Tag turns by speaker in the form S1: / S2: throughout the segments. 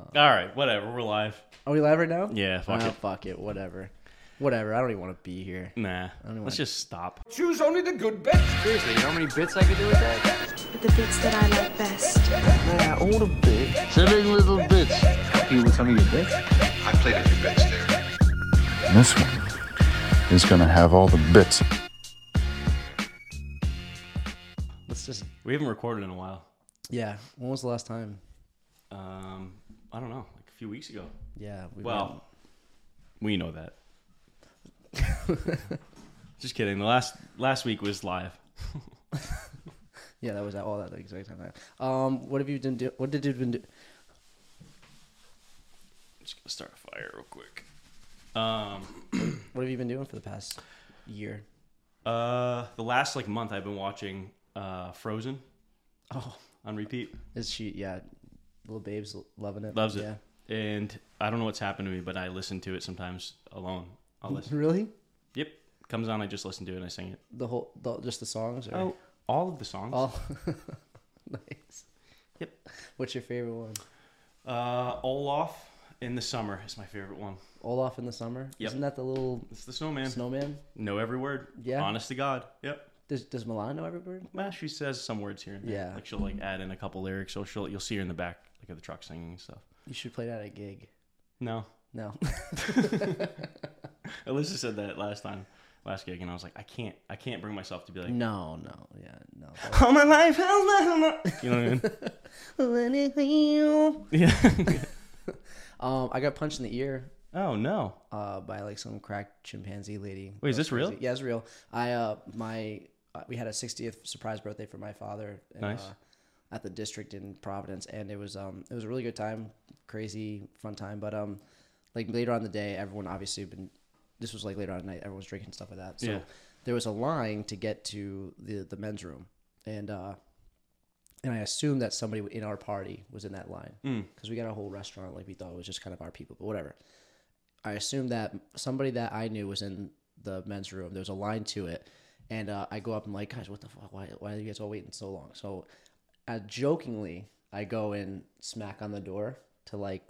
S1: All right, whatever. We're live.
S2: Are we live right now?
S1: Yeah, fuck
S2: Oh,
S1: it.
S2: fuck it. Whatever. Whatever. I don't even want to be here.
S1: Nah,
S2: don't
S1: let's
S2: want-
S1: just stop.
S3: Choose only the good bits. Seriously, you know how many bits I could do with that?
S4: but the beats that I like best.
S3: Yeah, all the bits. Silly little bits. You with some of your bits?
S5: I played a few bits there.
S6: This one is going to have all the bits.
S1: Let's just. We haven't recorded in a while.
S2: Yeah. When was the last time?
S1: Um, I don't know, like a few weeks ago.
S2: Yeah. We
S1: Well, we know that. just kidding. The last last week was live.
S2: Yeah, that was all that exact time. Um, what have you been doing? What did you been do?
S1: I'm just gonna start a fire real quick. Um,
S2: What have you been doing for the past year?
S1: uh, the last like month I've been watching uh Frozen
S2: Oh,
S1: on repeat.
S2: is she? Yeah, little babe's loving it.
S1: Loves it.
S2: Yeah.
S1: And I don't know what's happened to me, but I listen to it sometimes alone. I'll listen.
S2: Really?
S1: Yep, comes on. I just listen to it and I sing it.
S2: The whole, the, just the songs? Or?
S1: Oh, all of the songs.
S2: All- nice.
S1: Yep.
S2: What's your favorite one?
S1: Uh, Olaf in the summer is my favorite one.
S2: Olaf in the summer.
S1: Yep.
S2: Isn't that the little
S1: It's the snowman.
S2: snowman?
S1: know every word.
S2: Yeah.
S1: Honest to God. Yep.
S2: Does Does Milan know every word?
S1: Well, she says some words here and there.
S2: Yeah.
S1: Like she'll like add in a couple lyrics. So she'll you'll see her in the back like of the truck singing and stuff.
S2: You should play that at a gig.
S1: No,
S2: No.
S1: Alyssa said that last time, last gig, and I was like, I can't, I can't bring myself to be like,
S2: No, no, yeah, no.
S1: all my life, how's my, you know what I mean? yeah.
S2: um, I got punched in the ear
S1: oh no.
S2: uh, by like some crack chimpanzee lady.
S1: Wait, is this real?
S2: Yeah, it's real. I uh, my uh, we had a 60th surprise birthday for my father. And,
S1: Nice.
S2: Uh, at the district in Providence, and it was um it was a really good time, crazy fun time. But um, like later on in the day, everyone obviously had been. This was like later on at night. Everyone's drinking stuff like that. So
S1: Yeah.
S2: there was a line to get to the the men's room, and uh, and I assumed that somebody in our party was in that line
S1: Hmm.
S2: because we got a whole restaurant like we thought it was just kind of our people, but whatever. I assumed that somebody that I knew was in the men's room. There was a line to it, and uh, I go up. I'm like, guys, what the fuck? Why, why are you guys all waiting so long? So, uh, jokingly, I go and smack on the door to like,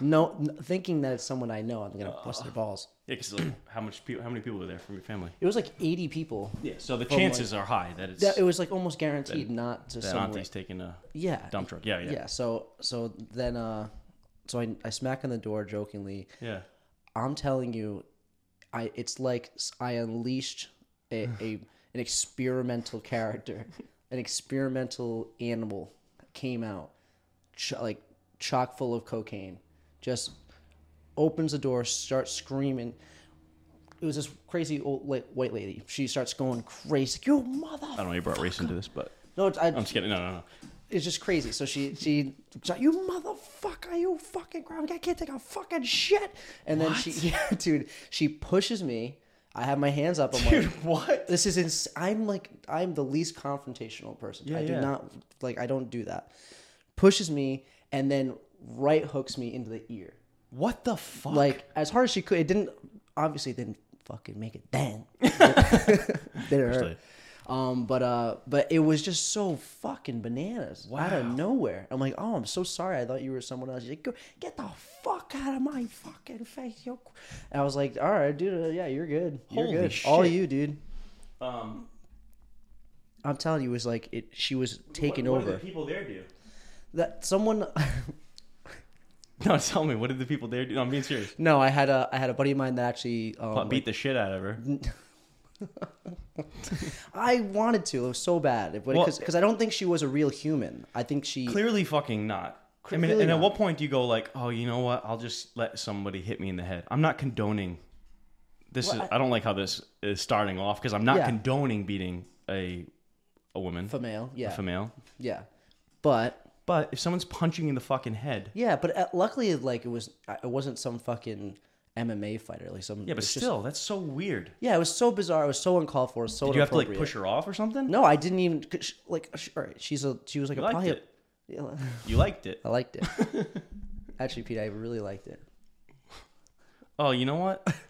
S2: no, n- thinking that it's someone I know. I'm gonna bust their balls.
S1: Yeah, because like, how much people, how many people were there from your family?
S2: It was like 80 people.
S1: Yeah. So the
S2: like-
S1: chances are high that it's
S2: That it was like almost guaranteed not to
S1: that
S2: someone.
S1: auntie's taking a
S2: Yeah.
S1: dump truck. Yeah, yeah,
S2: Yeah.
S1: yeah.
S2: So so then uh, so I I smack on the door jokingly. I'm telling you, I it's like s- I unleashed a, a an experimental character, an experimental animal came out, ch- like chock full of cocaine, just opens the door, starts screaming. It was this crazy old like, white lady. She starts going crazy, like, "You
S1: I
S2: mother!"
S1: don't know why you brought race into this, but
S2: No, it's- I,
S1: I'm just kidding. No, no, no.
S2: it's just crazy. So she she she's like, you motherfucker, you fucking grab I can't take a fucking shit. And then she yeah, dude, she pushes me. I have my hands up. I'm like,
S1: What?
S2: this is ins- I'm like I'm the least confrontational person. I do
S1: yeah.
S2: not like I don't do that. Pushes me and then right hooks me into the ear.
S1: What the fuck?
S2: Like as hard as she could. It didn't obviously it didn't fucking make it dang. didn't hurt.
S1: Actually.
S2: Um, but uh, but it was just so fucking bananas out of nowhere. I'm like, oh, I'm so sorry. I thought you were someone else. She's like, "Go- get the fuck out of my fucking face, yo. And I was like, all right, dude. uh, yeah, you're good. You're
S1: Holy
S2: good. All
S1: shit.
S2: you, dude.
S1: um,
S2: I'm telling you, it was like it. She was taken
S1: what, what
S2: over.
S1: did the people there do?
S2: that someone.
S1: No, tell me, what did the people there do? No, I'm being serious.
S2: no, I had a I had a buddy of mine that actually um,
S1: Beat
S2: like-
S1: the shit out of her.
S2: I wanted to. It was so bad
S1: Well-
S2: because I don't think she was a real human. I think she.
S1: Clearly fucking not. I mean,
S2: Clearly
S1: and at
S2: not.
S1: what point do you go like, oh, you know what? I'll just let somebody hit me in the head. I'm not condoning. This is. I, don't like how this is starting off because I'm not
S2: Yeah.
S1: condoning beating a a woman,
S2: female. Yeah.
S1: a female.
S2: Yeah. But
S1: But if someone's punching you in the fucking head,
S2: yeah, but uh, luckily, like it was, uh, it wasn't some fucking MMA fighter, like some.
S1: yeah, but
S2: it's just-
S1: still, that's so weird.
S2: yeah, it was so bizarre. It was so uncalled for. So
S1: Do you have to like push her off or something?
S2: No, I didn't even 'cause she- like. She, all right, she's a. She was like
S1: you
S2: a
S1: liked
S2: probably. a-
S1: it. You liked it.
S2: I liked it. Actually, Pete, I really liked it.
S1: Oh, you know what?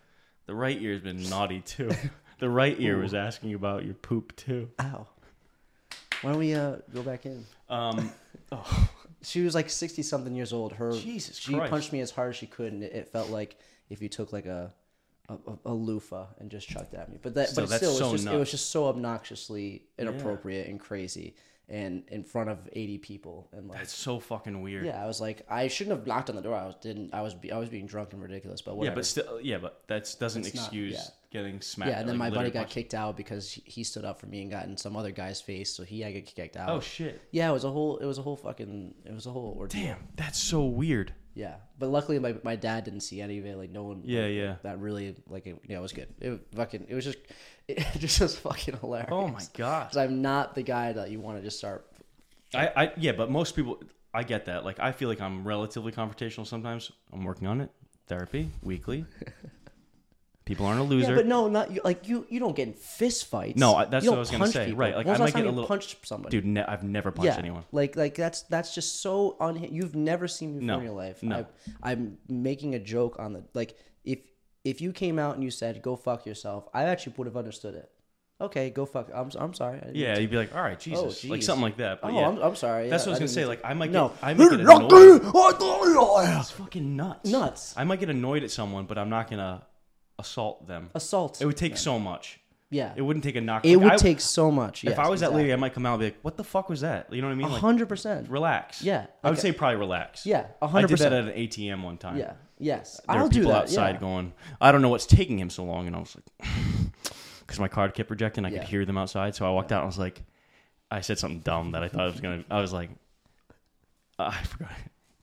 S1: The right ear's been naughty too. The right ear was asking about your poop too.
S2: Ow. Why don't we uh, go back in?
S1: Um, oh,
S2: she was like sixty something years old. Her
S1: Jesus
S2: she
S1: Christ.
S2: punched me as hard as she could, and it, it felt like if you took like a a, a, a loofah and just chucked it at me. But that,
S1: Still,
S2: but
S1: that's
S2: still, it,
S1: so
S2: was just, it
S1: nuts.
S2: was just so obnoxiously inappropriate and crazy, and in front of eighty people, and like
S1: That's so fucking weird.
S2: yeah, I was like, I shouldn't have knocked on the door. I was didn't. I was be, I was being drunk and ridiculous, but
S1: Yeah,
S2: whatever.
S1: but still, yeah, but that doesn't
S2: It's not-
S1: excuse
S2: yeah.
S1: getting smacked.
S2: yeah, and then
S1: like,
S2: my buddy
S1: literally
S2: got
S1: punched-
S2: kicked out because he- he stood up for me and got in some other guy's face, so he I get kicked out.
S1: Oh shit!
S2: Yeah, it was a whole. It was a whole fucking. It was a whole ordeal.
S1: Damn, that's so weird.
S2: Yeah, but luckily my, my dad didn't see any of it. Like no one.
S1: Yeah, yeah.
S2: That really like it, yeah, it was good. It was fucking. It was just. It just was fucking hilarious.
S1: Oh my god.
S2: 'Cause I'm not the guy that you want to just start.
S1: I, I, yeah, but most people, I get that. Like, I feel like I'm relatively confrontational sometimes. I'm working on it. Therapy weekly. People aren't a loser.
S2: Yeah, but no, not you. Like you, you don't get in fist fights.
S1: No, I- that's
S2: You
S1: what I
S2: don't
S1: was gonna
S2: punch
S1: say.
S2: people.
S1: Right, like,
S2: When's
S1: I
S2: the last
S1: might get
S2: time
S1: a
S2: you
S1: little-
S2: punched somebody.
S1: dude, ne- I've never punched
S2: yeah,
S1: anyone.
S2: like like that's that's just so on. You've never seen me before
S1: No,
S2: in your life.
S1: no.
S2: I, I'm making a joke on the like if if you came out and you said go fuck yourself, I actually would have understood it. Okay, go fuck. I'm I'm sorry. I didn't mean
S1: Yeah,
S2: to.
S1: you'd be like, all right, Jesus, like
S2: Oh, jeez.
S1: something like that. But
S2: Oh,
S1: yeah.
S2: I'm, I'm sorry.
S1: That's
S2: yeah,
S1: what I was gonna
S2: didn't
S1: say.
S2: mean
S1: Like, I might
S2: No.
S1: get, I might get annoyed.
S2: to-
S1: It's fucking nuts.
S2: Nuts.
S1: I might get annoyed at someone, but I'm not gonna assault them.
S2: assault.
S1: It would take so much.
S2: yeah.
S1: It wouldn't take a knock.
S2: It
S1: Like,
S2: would
S1: I-
S2: take so much.
S1: If I was that lady, I might come out and be like, "What the fuck was that?" You know what I mean? Like,
S2: hundred percent.
S1: relax.
S2: Yeah,
S1: I would
S2: okay.
S1: say probably relax.
S2: Yeah, a
S1: I
S2: hundred
S1: did that
S2: percent.
S1: at an ATM one time.
S2: Yeah. Yes.
S1: There
S2: I'll
S1: were
S2: do
S1: people
S2: that.
S1: outside
S2: yeah.
S1: going, I don't know what's taking him so long. And I was like, because my card kept rejecting. I
S2: Yeah.
S1: could hear them outside. So I walked out and I was like, I said something dumb that I thought I was going to, I was like, uh, I forgot.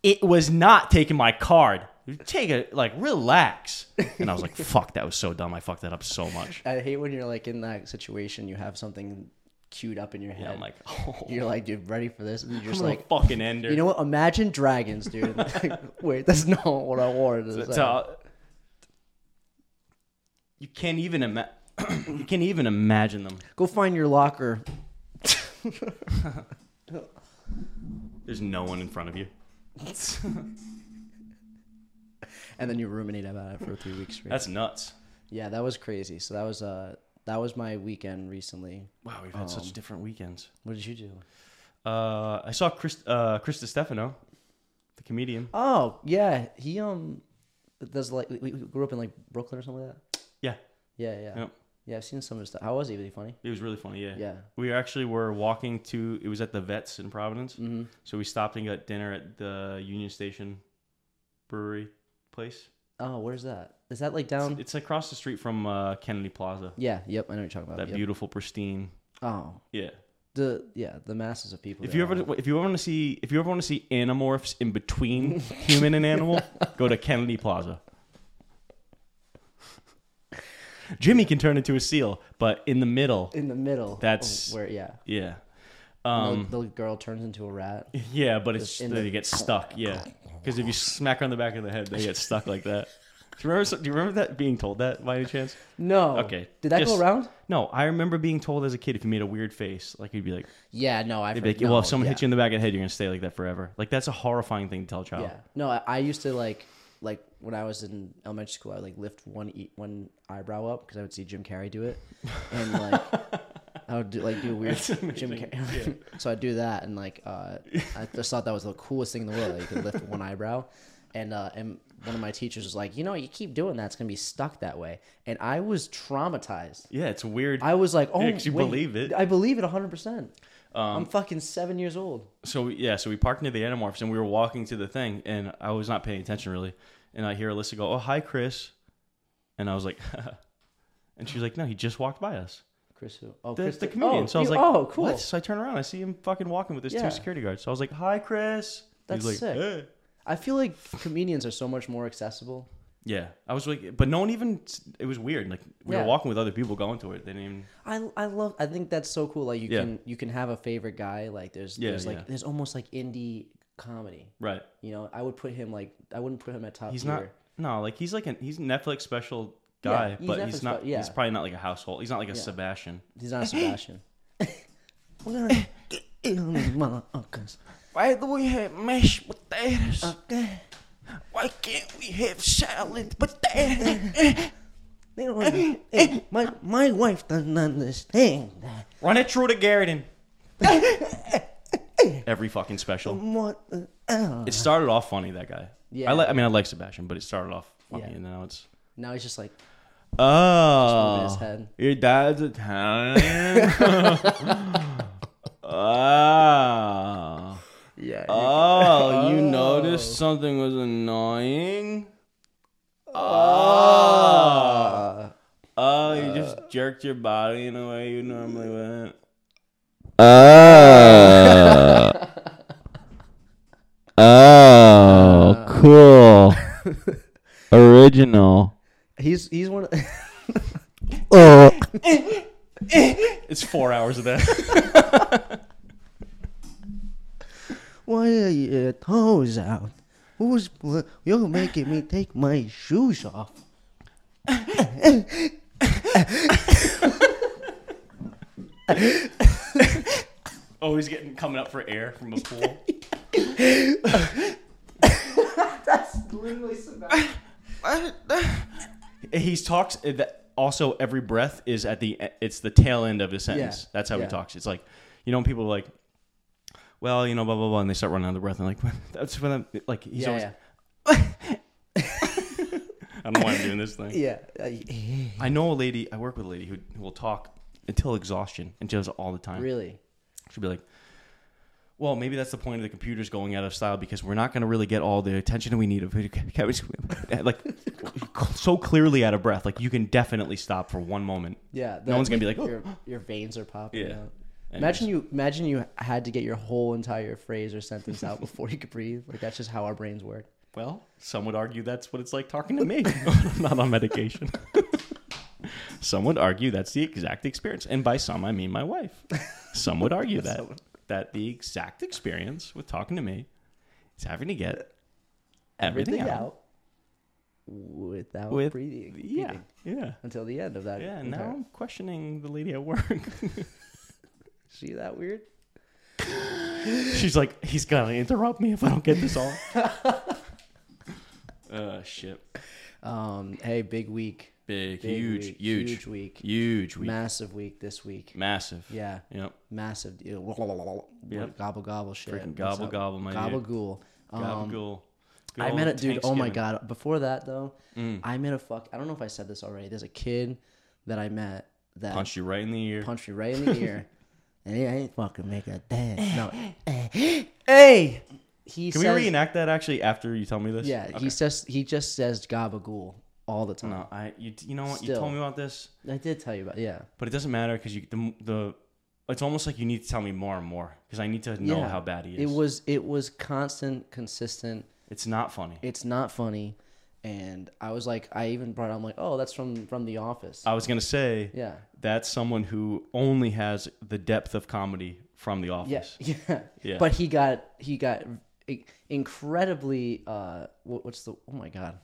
S1: It was not taking my card. Take it, like, relax. And I was like, fuck, that was so dumb. I fucked that up so much.
S2: I hate when you're like in that situation. You have something queued up in your head.
S1: And I'm like, oh,
S2: you're like, dude, ready for this? And you're
S1: I'm
S2: just
S1: gonna
S2: like,
S1: fucking ender.
S2: you know what? Imagine dragons, dude. Like, Wait, that's not what I wanted. To say.
S1: So, you can't even imagine. you can't even imagine them.
S2: Go find your locker.
S1: There's no one in front of you.
S2: And then you ruminate about it for three weeks straight.
S1: That's nuts.
S2: yeah, that was crazy. So that was uh that was my weekend recently.
S1: Wow, we've had such different weekends.
S2: What did you do?
S1: Um, Uh, I saw Chris, uh, Chris Stefano, the comedian.
S2: Oh yeah, he um does like we, we grew up in like Brooklyn or something like that.
S1: Yeah,
S2: Yeah, yeah,
S1: Yep.
S2: yeah. I've seen some of his stuff. How was he? Was he funny?
S1: it was really funny. Yeah,
S2: Yeah.
S1: We actually were walking to. It was at the Vets in Providence, mm-hmm. so we stopped and got dinner at the Union Station Brewery place.
S2: Oh, where's that? Is that like down?
S1: It's across the street from uh, Kennedy Plaza.
S2: yeah. Yep. I know what you're talking about.
S1: That
S2: yep.
S1: beautiful, pristine.
S2: Oh,
S1: Yeah.
S2: the yeah, the masses of people.
S1: If
S2: there
S1: you
S2: are-
S1: ever if you ever want to see if you ever want to see anamorphs in between human and animal, go to Kennedy Plaza. Jimmy can turn into a seal, but in the middle,
S2: in the middle, of
S1: That's-
S2: where yeah,
S1: yeah, Um,
S2: the, the girl turns into a rat.
S1: yeah, but it's
S2: in
S1: they
S2: the-
S1: get stuck, yeah, because if you smack her on the back of the head, they get stuck like that. Do you remember? so- Do you remember that being told that by any chance?
S2: No.
S1: Okay,
S2: Did that go
S1: just-
S2: around?
S1: No, I remember being told as a kid if you made a weird face, like you'd be like,
S2: Yeah. No. I.
S1: they'd be like well, if someone hits you in the back of the head, you're gonna stay like that forever. Like that's a horrifying thing to tell a child.
S2: Yeah. No. I, I used to like like when I was in elementary school, I would, like lift one e- one eyebrow up because I would see Jim Carrey do it, and like. I would do, like do weird Jim Carrey. so I'd do that, and like uh, I just thought that was the coolest thing in the world. That you could lift one eyebrow, and uh, and one of my teachers was like, you know, you keep doing that, it's gonna be stuck that way. And I was traumatized.
S1: Yeah, it's weird.
S2: I was like, oh,
S1: Yeah, 'cause you
S2: wait,
S1: believe it. Um,
S2: I believe it 100%. I'm fucking seven years old.
S1: so we- yeah, so we parked near the Animorphs and we were walking to the thing, and I was not paying attention really, and I hear Alyssa go, "Oh hi, Chris," and I was like, and she's like, "No, he just walked by us."
S2: Chris who? Oh,
S1: The,
S2: Chris
S1: the comedian.
S2: Oh,
S1: so I was
S2: you-
S1: like,
S2: oh, cool.
S1: what? So I turn around, I see him fucking walking with his
S2: Yeah.
S1: two security guards. So I was like, "Hi, Chris."
S2: That's
S1: He's like, "Eh."
S2: sick.
S1: "Hey."
S2: I feel like comedians are so much more accessible.
S1: Yeah, I was like, but no one even. It was weird. Like we
S2: Yeah.
S1: were walking with other people going to it. They didn't even.
S2: I, I love I think that's so cool. Like you
S1: Yeah.
S2: can you can have a favorite guy. Like there's
S1: Yeah,
S2: there's like
S1: yeah.
S2: there's almost like indie comedy.
S1: Right.
S2: You know, I would put him like I wouldn't put him at top
S1: He's
S2: tier.
S1: not. No, like he's like an he's a Netflix special
S2: Yeah,
S1: guy,
S2: he's
S1: but
S2: Netflix
S1: he's not.
S2: spe- yeah.
S1: He's probably not like a household. He's not like a Sebastian.
S2: He's not a Sebastian. We're gonna get in these motherfuckers.
S7: Why do we have mashed potatoes?
S1: Uh.
S7: Why can't we have salad potatoes?
S2: They don't under- Hey, my my wife doesn't understand that.
S1: Run it through the garden. every fucking special.
S2: What? Uh,
S1: It started off funny, that guy.
S2: Yeah.
S1: I, li- I mean, I like Sebastian, but it started off funny,
S2: Yeah.
S1: and now it's.
S2: now he's just like,
S1: Oh,
S2: his head.
S1: your dad's Italian. oh,
S2: yeah.
S1: oh, you noticed something was annoying. Oh, oh, you just jerked your body in a way you normally wouldn't. Oh, oh, cool, original.
S2: He's he's one. Of,
S1: It's four hours of that.
S2: Why are your toes out? Who's bl- you're making me take my shoes off?
S1: Always getting coming up for air from a pool. he talks. eh, that- Also, every breath is at the. eh, It's the tail end of his sentence.
S2: Yeah,
S1: That's how
S2: yeah.
S1: he talks. It's like, you know, when people are like, well, you know, blah blah blah, and they start running out of breath, and like, that's when I'm like, he's
S2: Yeah,
S1: always.
S2: yeah,
S1: I don't know why I'm doing this thing.
S2: yeah. I-
S1: I know a lady. I work with a lady who, who will talk until exhaustion, and she does it all the time.
S2: really?
S1: She'll be like, well, maybe that's the point of the computers going out of style because we're not going to really get all the attention we need. Of like, so clearly out of breath. Like you can definitely stop for one moment.
S2: Yeah.
S1: No one's gonna be like,
S2: your, your veins are popping.
S1: Yeah.
S2: Out. Imagine you imagine you had to get your whole entire phrase or sentence out before you could breathe. Like that's just how our brains work.
S1: Well, some would argue that's what it's like talking to me. I'm not on medication. some would argue that's the exact experience, and by some I mean my wife. Some would argue that that the exact experience with talking to me is having to get everything,
S2: Everything
S1: out.
S2: out without
S1: With-
S2: breathing.
S1: Yeah,
S2: breathing
S1: yeah.
S2: Until the end of that.
S1: Yeah,
S2: entire-
S1: now I'm questioning the lady at work.
S2: See that weird?
S1: She's like, he's gonna interrupt me if I don't get this all. uh, shit.
S2: Um. Hey, big week.
S1: Big,
S2: Big
S1: huge,
S2: week,
S1: huge,
S2: huge week.
S1: huge week.
S2: Massive week this week.
S1: massive.
S2: Yeah.
S1: Yep.
S2: Massive deal. Gobble gobble shit.
S1: Freaking
S2: What's
S1: gobble
S2: up?
S1: gobble, my
S2: Gobble
S1: dude.
S2: ghoul. Um,
S1: Gabagool. Good
S2: I
S1: old
S2: met a dude. Oh
S1: Thanksgiving.
S2: my
S1: Mm.
S2: god! Before that though, I met a fuck. I don't know if I said this already. There's a kid that I met that
S1: Punched you right in the ear.
S2: punched me right in the ear, and he ain't fucking make a dent. No, hey, he
S1: Can
S2: says,
S1: we reenact that actually after you tell me this?
S2: Yeah, he says he just says gabagool all the time.
S1: No, I. You, you know what? You
S2: Still.
S1: told me about this,
S2: I did tell you about yeah.
S1: but it doesn't matter because you the, the. It's almost like you need to tell me more and more because I need to know
S2: yeah.
S1: how bad he
S2: It
S1: is.
S2: was it was constant, consistent.
S1: it's not funny.
S2: It's not funny, and I was like, I even brought. I'm like, oh, that's from from The Office.
S1: I was gonna say.
S2: yeah.
S1: that's someone who only has the depth of comedy from The Office.
S2: Yeah, yeah,
S1: Yeah.
S2: But he got he got i- incredibly. Uh, what, what's the? Oh my god!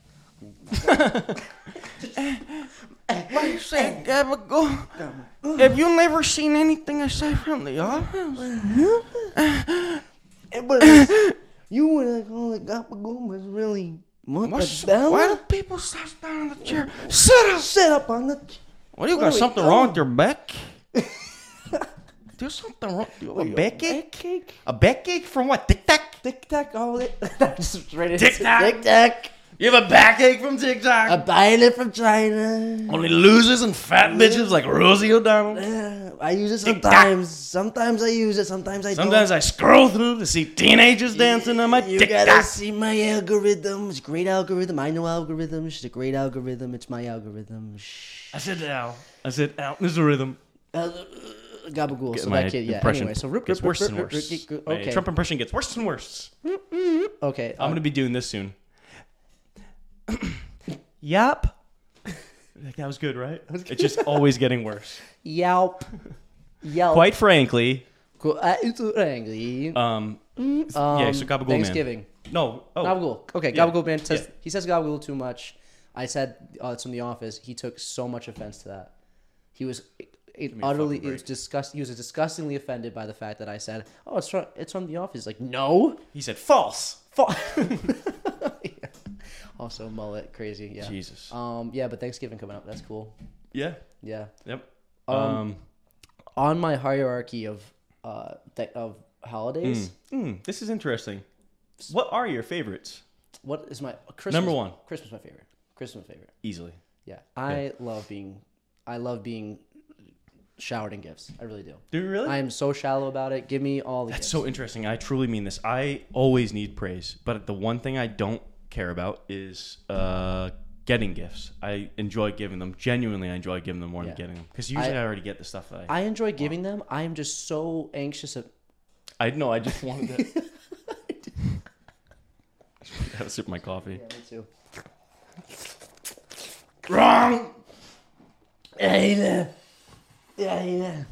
S7: I said, Gabagool, have you never seen anything aside from The Office?
S2: You were like, oh, the gabagool was really. What
S7: What's,
S2: the hell?
S7: why do people sit down on the chair? Sit up!
S2: Sit up on the.
S7: What, you got something wrong with your back? There's something wrong with your back ache? A back ache from what? Tic Tac?
S2: Tic tac, all it. Just right into tic tac.
S7: You have a backache from Tic Tac?
S2: I'm buying it from China.
S7: Only losers and fat bitches like Rosie O'Donnell.
S2: Yeah, I use it sometimes. Sometimes I use it. Sometimes I
S7: Sometimes I scroll through to see teenagers dancing on my
S2: don't. You
S7: Tic
S2: gotta
S7: Tac.
S2: see my algorithm. It's a great algorithm. I know algorithms. It's a great algorithm. It's my algorithm. Shh.
S7: I said, Al,
S1: I said, "Ow, this is a rhythm.
S2: Uh, Gabagool. So
S1: My
S2: that kid, yeah.
S1: impression
S2: Anyway, so Rip
S1: gets worse and
S2: Rip- Rip-
S1: worse.
S2: Rip- Rip-
S1: My
S2: Okay.
S1: Trump impression gets worse and worse.
S2: okay.
S1: I'm
S2: uh,
S1: gonna be doing this soon. yep. Like, that was good, right? It's just always getting worse.
S2: Yelp. Yelp.
S1: Quite frankly,
S2: Cool. Uh, it's uh, angry.
S1: um,
S2: Um,
S1: yeah. So Gabagool Man.
S2: Thanksgiving.
S1: No. Oh.
S2: Gabagool. Okay.
S1: Yeah.
S2: Gabagool man says
S1: Yeah.
S2: he says Gabagool too much. I said uh, it's from The Office. He took so much offense to that. He was it, it utterly it was disgust. He was disgustingly offended by the fact that I said, "Oh, it's from it's from The Office." Like no.
S1: He said false.
S2: Fuck. Also mullet crazy. Yeah.
S1: Jesus.
S2: Um. Yeah, but Thanksgiving coming up. That's cool.
S1: Yeah.
S2: Yeah.
S1: Yep. Um.
S2: on my hierarchy of uh th- of holidays.
S1: Hmm, this is interesting. What are your favorites?
S2: What is my Christmas?
S1: Number one.
S2: Christmas my favorite. Christmas my favorite.
S1: Easily.
S2: Yeah, I love being, I love being showered in gifts. I really do.
S1: Do you really?
S2: I am so shallow about it. Give me all the.
S1: That's
S2: gifts.
S1: so interesting. I truly mean this. I always need praise, but the one thing I don't care about is uh, getting gifts. I enjoy giving them. Genuinely, I enjoy giving them more
S2: Yeah.
S1: than getting them because usually I,
S2: I-
S1: already get the stuff that I.
S2: I enjoy giving them. I am just so anxious. Of,
S1: I know. I just wanted to. Have a sip of my coffee.
S2: me too.
S1: Wrong.
S2: Yeah, yeah, yeah.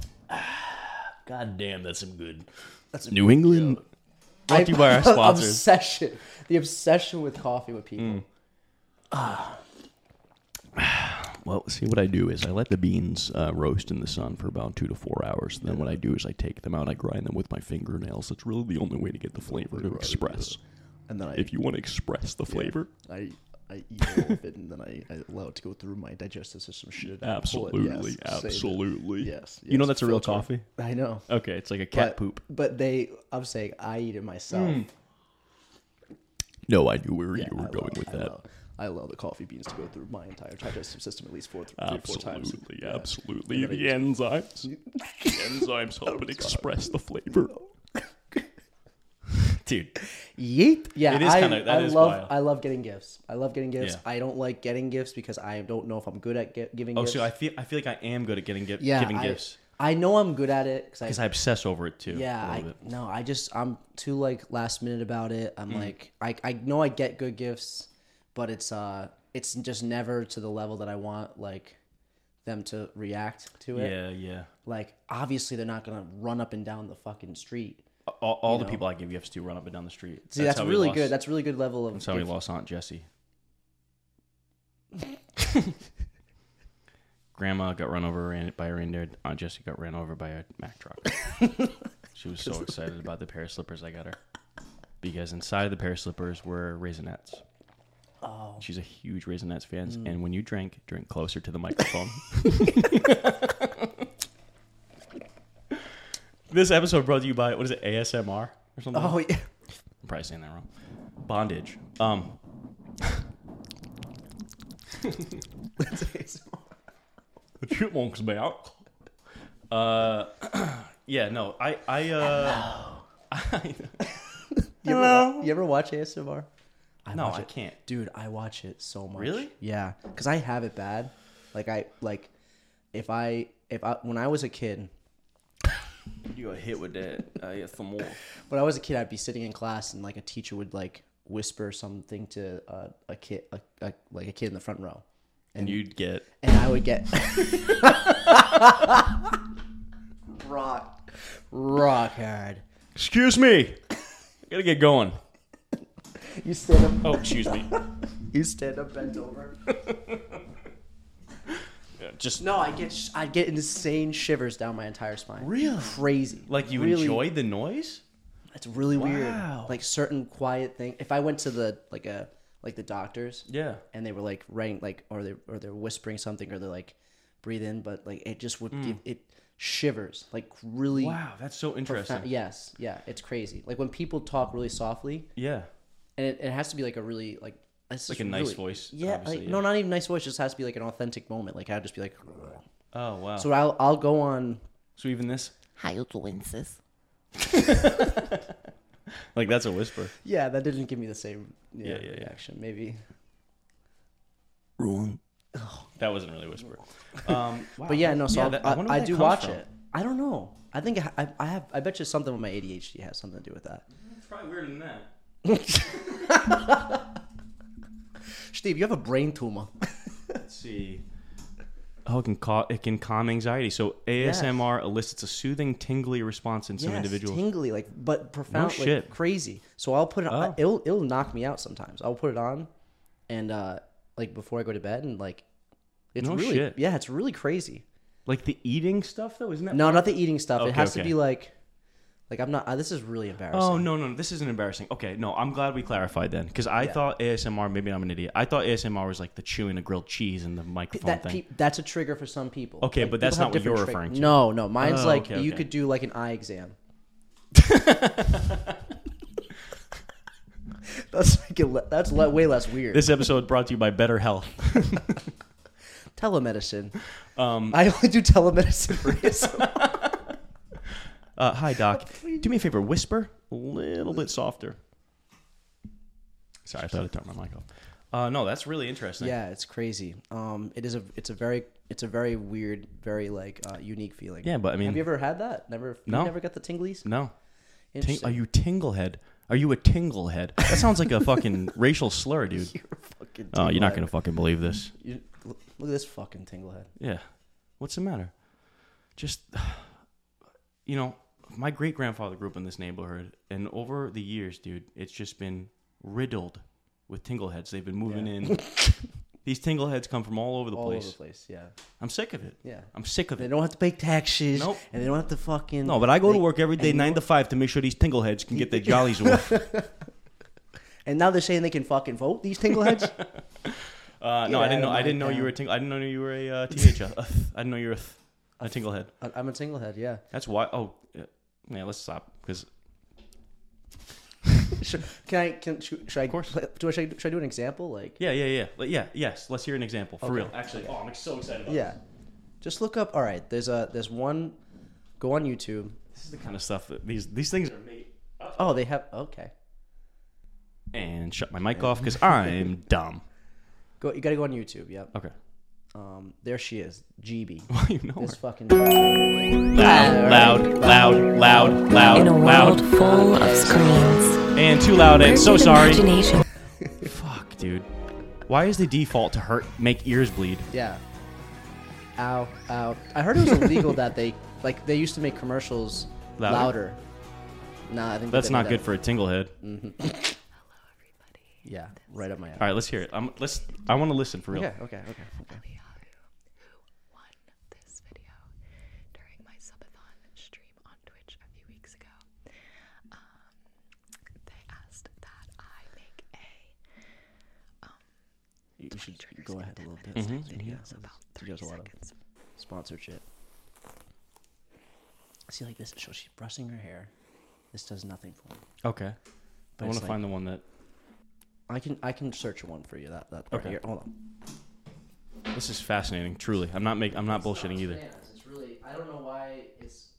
S1: God damn, that's some good. That's New England. Brought to you by our sponsors. Mm.
S2: Obsession. The obsession with coffee with people.
S1: Well, see what I do is I let the beans uh, roast in the sun for about two to four hours. Then what I do is I take them out, I grind them with my fingernails. It's really the only way to get the flavor to express.
S2: And then I,
S1: If you want to express the flavor,
S2: I, I eat all of it, and then I, I allow it to go through my digestive system. Shit. it out, pull it.
S1: absolutely,
S2: Yes, save it.
S1: absolutely.
S2: Yes,
S1: You know
S2: yes,
S1: that's a real
S2: filter.
S1: coffee.
S2: I know.
S1: Okay, it's like a cat
S2: but,
S1: poop.
S2: But they, I'm saying I eat it myself.
S1: No, I knew where
S2: Yeah,
S1: you were
S2: I
S1: going
S2: love-
S1: with
S2: I
S1: that.
S2: Love, I allow the coffee beans to go through my entire digestive system at least four, three, four times.
S1: Absolutely,
S2: Yeah.
S1: absolutely.
S2: Yeah,
S1: the
S2: yeah.
S1: enzymes, the enzymes help it express the flavor. Dude,
S2: Yeet. Yeah,
S1: It is
S2: I,
S1: kinda- that
S2: I
S1: is
S2: love
S1: wild.
S2: I love getting gifts. I love getting gifts.
S1: Yeah.
S2: I don't like getting gifts because I don't know if I'm good at get, giving
S1: oh,
S2: gifts.
S1: so I feel I feel like I am good at getting gi-
S2: yeah,
S1: giving
S2: I,
S1: gifts
S2: I know I'm good at it because
S1: because
S2: I,
S1: I obsess over it Mm. too.
S2: yeah,
S1: a
S2: I,
S1: little bit.
S2: no, I just I'm too like last minute about it. I'm like I I know I get good gifts, but it's uh it's just never to the level that I want like them to react to it.
S1: yeah, yeah.
S2: Like obviously they're not gonna run up and down the fucking street.
S1: All, all the people I give gifts to run up and down the street.
S2: See, that's,
S1: how we
S2: really
S1: lost-
S2: good. That's really good level of
S1: that's how we
S2: gift-
S1: lost Aunt Jessie. Grandma got run over ran- by a reindeer. Aunt Jessie got ran over by a Mack truck. she was so excited about the pair of slippers I got her because inside of the pair of slippers were raisinettes. Oh. She's a huge raisinettes fan, and when you drink, drink closer to the microphone. this episode brought to you by what is it ASMR or something?
S2: Oh yeah.
S1: I'm probably saying that wrong. Bondage. Um, what you wonks about? Uh, yeah, no, I, I, uh, I,
S2: You ever, wa- you ever watch ASMR? I
S1: no,
S2: watch
S1: I
S2: it.
S1: can't.
S2: Dude, I watch it so much.
S1: Really?
S2: Yeah, because I have it bad. Like I like if I if I when I was a kid
S1: You got hit with that. I get some more.
S2: when I was a kid I'd be sitting in class and like a teacher would like whisper something to uh, a kid a, a, like a kid in the front row
S1: And you'd get.
S2: and I would get rock rock hard.
S1: Excuse me. I gotta get going.
S2: You stand up.
S1: Oh, excuse me.
S2: You stand up bent over.
S1: Just
S2: No, I get sh- I get insane shivers down my entire spine.
S1: Really?
S2: Crazy.
S1: like you
S2: really,
S1: enjoyed the noise.
S2: It's really
S1: Wow.
S2: weird. Like certain quiet thing. If I went to the like a like the doctors,
S1: Yeah.
S2: and they were like writing like or they or they're whispering something or they're like breathe in, but like it just would give it shivers like really.
S1: Hmm. Wow, that's so interesting.
S2: profound- Yes, yeah, it's crazy. Like when people talk really softly,
S1: yeah.
S2: and it, it has to be like a really like it's
S1: Like
S2: just
S1: a nice
S2: really-
S1: voice,
S2: Yeah,
S1: obviously,
S2: like,
S1: yeah.
S2: no, not even nice voice. Just has to be like an authentic moment. Like I'd just be like,
S1: Oh wow.
S2: so I'll I'll go on
S1: so even this,
S8: How you doing, sis?
S1: like that's a whisper.
S2: Yeah, that didn't give me the same yeah,
S1: Yeah, yeah, yeah.
S2: reaction. Maybe,
S1: That wasn't really a whisper. Um, wow.
S2: but yeah, no. So
S1: Yeah,
S2: I'll-
S1: that- I
S2: I,
S1: wonder
S2: I,
S1: where that
S2: do
S1: comes
S2: watch
S1: from.
S2: it. I don't know. I think I, I, I have. I bet you something with my ADHD has something to do with that.
S1: It's probably weirder than that.
S2: Steve, you have a brain tumor.
S1: Let's see. Oh, it can, ca- it can calm anxiety. So ASMR elicits a soothing, tingly response in some
S2: Yes,
S1: individuals.
S2: tingly, like but profound, like
S1: shit.
S2: crazy. So I'll put it. on
S1: Oh.
S2: It'll it'll knock me out sometimes. I'll put it on, and uh like before I go to bed, and like it's
S1: No
S2: really
S1: shit.
S2: yeah, it's really crazy.
S1: like the eating stuff, though, isn't that?
S2: No, not the eating stuff.
S1: Okay,
S2: it has to
S1: okay.
S2: be like, like I'm not. Uh, this is really embarrassing.
S1: Oh no, no, no, this isn't embarrassing. Okay, no, I'm glad we clarified then, because I thought ASMR. Maybe I'm an idiot. I thought ASMR was like the chewing of grilled cheese and the microphone
S2: that
S1: thing.
S2: peop that's a trigger for some people.
S1: Okay, but
S2: people
S1: that's
S2: have
S1: not what
S2: different
S1: you're
S2: trig-
S1: referring to.
S2: No, no, mine's
S1: Oh,
S2: like
S1: okay,
S2: you
S1: okay.
S2: could do like an eye exam. That's like a le- that's le- way less weird.
S1: This episode brought to you by Better Health.
S2: telemedicine. Um, I only do telemedicine for ASMR.
S1: Uh, hi, Doc. Do me a favor, whisper a little bit softer. Sorry, I thought I turned my mic off. Uh, no, that's really interesting.
S2: yeah, it's crazy. Um, it is a it's a very it's a very weird, very like uh, unique feeling.
S1: Yeah, but I mean-
S2: have you ever had that? Never. you
S1: No.
S2: never got the tinglies.
S1: No. Ting-
S2: Interesting.
S1: are you tinglehead? Are you a tinglehead? That sounds like a fucking racial slur, dude.
S2: You're fucking.
S1: Oh, you're not
S2: tinglehead.
S1: gonna fucking believe this.
S2: You, look at this fucking tinglehead.
S1: Yeah. What's the matter? Just, you know, my great grandfather grew up in this neighborhood, and over the years, dude, it's just been riddled with tingleheads. They've been moving in. These tingleheads come from all over the
S2: All
S1: place.
S2: over the place. Yeah.
S1: I'm sick of it.
S2: Yeah.
S1: I'm sick of
S2: They
S1: it.
S2: don't have to pay taxes.
S1: Nope.
S2: And they don't have to fucking.
S1: No, but I go to
S2: they-
S1: work every day,
S2: and-
S1: nine to five, to make sure these tingleheads can get their jollies off.
S2: And now they're saying they can fucking vote. These tingleheads.
S1: Uh, no, I
S2: Get
S1: didn't
S2: out
S1: know.
S2: of
S1: I
S2: my
S1: didn't know you
S2: town.
S1: were a tingle. I didn't know you were a uh, th. a th. I didn't know you were a, th- a tinglehead.
S2: I- I'm a tinglehead. Yeah.
S1: That's why. Oh, yeah. Yeah, let's stop because
S2: Should, can I? Can should, should I? Of
S1: course.
S2: Do I should, I- should I do an example? Like.
S1: Yeah, yeah, yeah. Like, yeah, yes. Let's hear an example for
S2: Okay.
S1: real. Actually, oh, I'm so excited about
S2: Yeah. Just look up. All right. There's a. There's one. Go on YouTube.
S1: this. This is the kind of stuff that these these things are made.
S2: Oh, they have. Okay.
S1: And shut my mic off because I'm dumb.
S2: Go. You gotta go on YouTube. Yep.
S1: Okay.
S2: Um. There she is. GB.
S1: Well, you know
S2: This
S1: her.
S2: fucking.
S1: Loud, loud, loud, loud,
S8: In a world
S1: loud,
S8: full of screens.
S1: and too loud. And so
S8: Urban
S1: sorry.
S8: Imagination.
S1: Fuck, dude. Why is the default to hurt make ears bleed?
S2: Yeah. Ow. Ow. I heard it was illegal that they like they used to make commercials
S1: Louder?
S2: louder. Nah, I think
S1: That's
S2: they did
S1: not
S2: that-
S1: good for a tingle head.
S2: Yeah. Right up my
S1: All
S2: alley.
S1: right, let's hear it. I'm, let's. I want to listen for real.
S2: Okay. Okay. Okay. Okay.
S9: who won this video during my subathon stream on Twitch a few weeks ago. Um, they asked that I make a
S2: You should
S9: triggers
S2: go
S9: in
S2: ahead a
S9: 10
S2: little bit.
S9: minutes long Mm-hmm. video
S2: Yeah.
S9: about
S2: She
S9: 30
S2: does a lot of-
S9: seconds.
S2: sponsored shit. See, like this, so she's brushing her hair. This does nothing for me.
S1: Okay. I
S2: But
S1: want
S2: it's
S1: to
S2: like-
S1: find the one that.
S2: I can I can search one for you. That that part
S1: Okay.
S2: here. Hold on.
S1: This is fascinating. Truly, I'm not make. I'm not bullshitting either.
S2: It's really I don't know why it's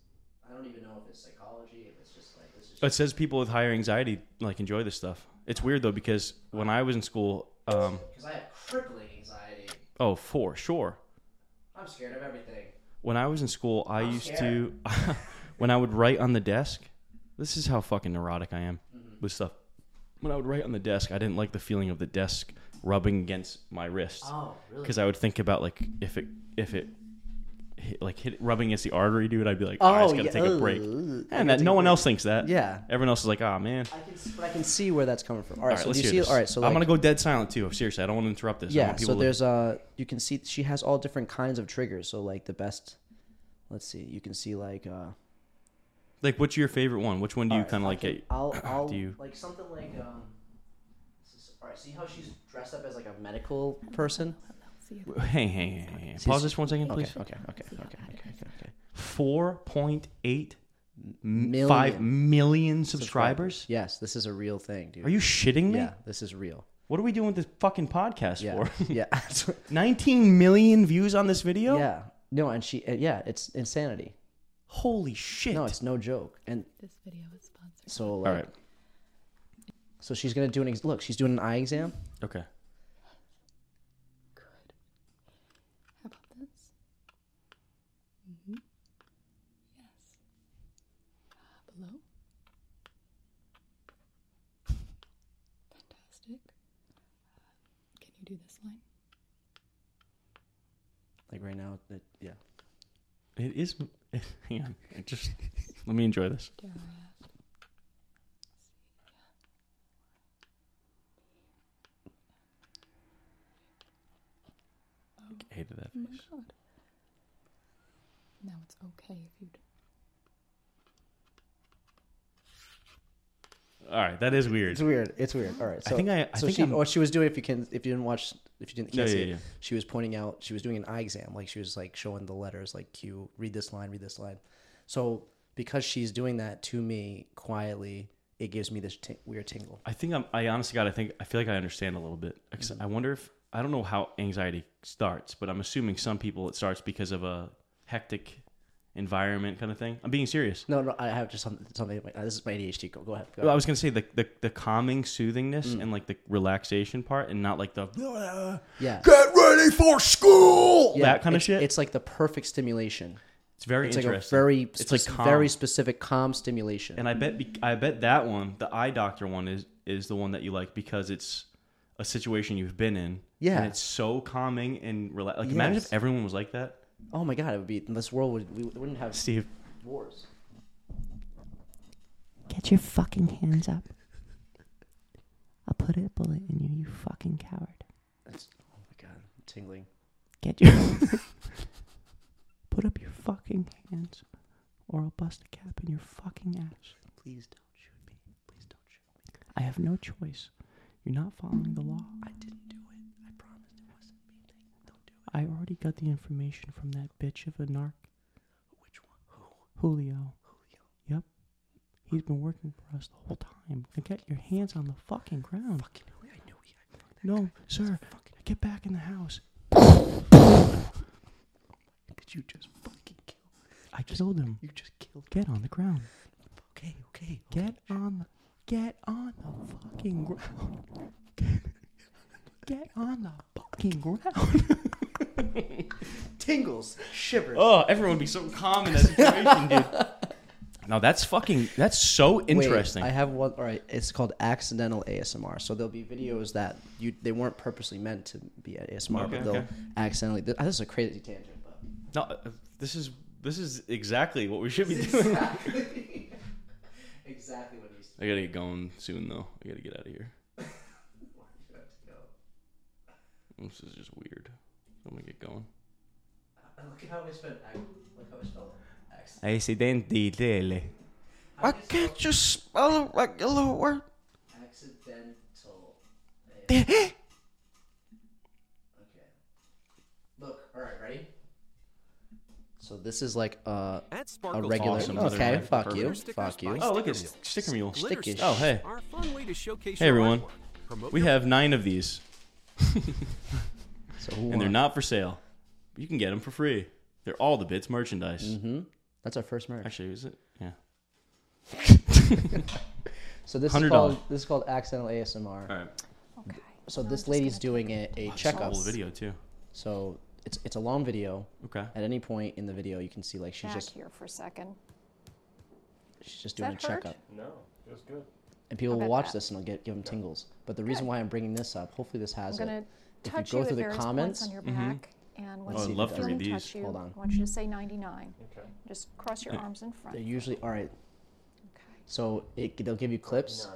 S2: I don't even know if it's psychology if it's just like this is.
S1: It says people with higher anxiety like enjoy this stuff. It's weird though because when I was in school, um,
S2: Because I have crippling anxiety.
S1: oh for sure.
S2: I'm scared of everything.
S1: When I was in school, I used to when I would write on the desk. This is how fucking neurotic I am with stuff. When I would write on the desk, I didn't like the feeling of the desk rubbing against my wrist
S2: Oh, really?
S1: because I would think about like if it if it hit, like hit rubbing against the artery, dude. I'd be like, oh, I just gotta take
S2: uh,
S1: a break. And that no one else thinks that.
S2: Yeah.
S1: Everyone else is like, oh man.
S2: I can, but I can see where that's coming from. All
S1: All
S2: right,
S1: right,
S2: so
S1: let's
S2: do you
S1: hear
S2: see?
S1: this.
S2: All right, so
S1: I'm
S2: like,
S1: gonna go dead silent too. Seriously, I don't want to interrupt this. I
S2: Yeah,
S1: want
S2: so
S1: people to-
S2: there's uh you can see she has all different kinds of triggers. So like the best let's see, you can see like uh
S1: like, what's your favorite one? Which one do you
S2: alright,
S1: kind of
S2: I
S1: like?
S2: can-
S1: get-
S2: I'll I'll
S1: do you-
S2: like something like um this is- all right, see how she's dressed up as like a medical person?
S1: hey, hey, hey, hey, hey. Pause this one second,
S2: Okay,
S1: please.
S2: okay, okay, okay, okay, okay, okay.
S1: Four point eight
S2: Million
S1: five million subscribers.
S2: Yes, this is a real thing, dude.
S1: Are you shitting me?
S2: Yeah, this is real.
S1: What are we doing with this fucking podcast
S2: Yeah.
S1: for?
S2: yeah.
S1: 19 million views on this video?
S2: yeah. No, and she yeah, it's insanity.
S1: Holy shit.
S2: No, it's no joke. And
S9: This video is sponsored.
S2: so like
S1: All right.
S2: so she's going to do an ex- look, she's doing an eye exam.
S1: Okay.
S9: Good. How about this? Mm-hmm. Yes. Uh, below. Fantastic. Uh, can you do this line?
S2: Like right now, it, yeah.
S1: It is. Hang on. I Just let me enjoy this.
S9: Dare I ask?
S1: hated that.
S9: Oh my god. Now it's okay if you.
S1: All right, that is weird.
S2: It's weird. It's weird. All right. So,
S1: think I- I
S2: so
S1: think
S2: she,
S1: I'm-
S2: what she was doing, if you can, if you didn't watch, if you didn't,
S1: No,
S2: can't see
S1: yeah,
S2: it,
S1: yeah.
S2: she was pointing out, she was doing an eye exam, like she was like showing the letters, like Q, read this line, read this line. So because she's doing that to me quietly, it gives me this t- weird tingle.
S1: I think I'm. I honestly, God, I think I feel like I understand a little bit. 'Cause
S2: Mm-hmm.
S1: I wonder if I don't know how anxiety starts, but I'm assuming some people it starts because of a hectic environment kind of thing. I'm being serious.
S2: No, no, I have just something. something like- this is my ADHD. Go, go ahead. Go
S1: Well, I
S2: ahead.
S1: was gonna say the the, the calming
S2: Mm.
S1: soothingness and like the relaxation part, and not like the
S2: yeah,
S1: get ready for school
S2: yeah,
S1: that kind of
S2: it's-
S1: shit. It's,
S2: It's like the perfect stimulation.
S1: very
S2: It's like a
S1: interesting.
S2: very,
S1: it's like
S2: spec-
S1: calm.
S2: very specific calm stimulation.
S1: and I bet be, I bet that one, the eye doctor one, is is the one that you like because it's a situation you've been in.
S2: Yeah.
S1: and it's so calming and relax. Like imagine
S2: Yes.
S1: if everyone was like that,
S2: oh my god, it would be this world would we wouldn't have
S1: Steve.
S2: wars.
S10: Get your fucking hands up. I'll put a bullet in you, you fucking coward.
S2: That's, oh my god, I'm tingling.
S10: Get your. put up your fucking hands, or I'll bust a cap in your fucking ass.
S2: Please don't shoot me. Please don't shoot me.
S10: I have no choice. You're not following the law.
S2: I didn't do it. I promised it wasn't me. Don't do it.
S10: I already got the information from that bitch of a narc,
S2: Which one? Who?
S10: Julio.
S2: Julio.
S10: Yep. He's been working for us the whole time. Now get your hands on the fucking ground.
S2: Fucking Julio. I knew he. I fucked that
S10: No,
S2: guy.
S10: sir. Get back in the house.
S2: Did you just fucking kill?
S10: I killed him.
S2: You just killed.
S10: Get on the ground.
S2: Okay, okay. okay.
S10: Get on the get on the fucking ground. Get on the fucking ground.
S2: tingles, shivers.
S1: Oh, everyone would be so calm in that situation, dude. Now that's fucking. That's so
S2: Wait,
S1: interesting.
S2: I have one. All right, it's called accidental ASMR. So there'll be videos that you they weren't purposely meant to be ASMR,
S1: Okay,
S2: but they'll
S1: okay.
S2: accidentally. This, this is a crazy tangent, but
S1: no, uh, this is this is exactly what we should be doing.
S2: exactly what he's.
S1: I gotta get going soon though. I gotta get out of here. This is just weird. I'm gonna get going.
S2: Look how I spelled. Look how I spelled. Accident.
S1: Accidenti dele.
S7: Why can't you spell a regular word?
S2: Accidental.
S7: Why
S2: Okay. Look. All right. Ready. So this is like uh, a a regular.
S1: Awesome.
S2: Okay.
S1: Another
S2: Fuck
S1: perfect.
S2: you. Fuck you.
S1: Oh look, it's sticker mule.
S2: Stickish.
S1: Oh hey,
S11: Our fun way to showcase
S1: hey
S11: your
S1: everyone.
S11: artwork. Promote
S1: We
S11: your-
S1: have nine of these,
S2: So
S1: and
S2: who
S1: they're
S2: won?
S1: not for sale. You can get them for free. They're all the bits merchandise.
S2: Mm-hmm. That's our first merch.
S1: Actually, is it? Yeah.
S2: So this is
S1: $100.
S2: called this is called accidental ASMR.
S1: All right.
S2: So this lady's doing a, a
S1: Whole
S2: checkup.
S1: video too.
S2: So it's it's a long video.
S1: Okay.
S2: At any point in the video, you can see like she's just
S4: here for a second.
S2: she's just doing a
S4: that hurt?
S2: checkup. No, it was good. And people will watch this and it'll get give them tingles. But the reason why I'm bringing this up, hopefully this
S4: I'm
S2: has
S4: gonna
S2: it. If you
S4: touch
S2: go
S4: you
S2: through
S4: at
S2: the
S4: various
S2: comments-
S4: points on your back, and once
S1: Oh, I'd
S4: you
S1: love to
S4: feel
S1: read
S4: me
S1: these.
S4: touch you,
S2: Mm-hmm. Hold on.
S4: I want you to say 99. Okay. Just cross your arms in front.
S2: They're usually all right.
S4: Okay.
S2: So it they'll give you clips,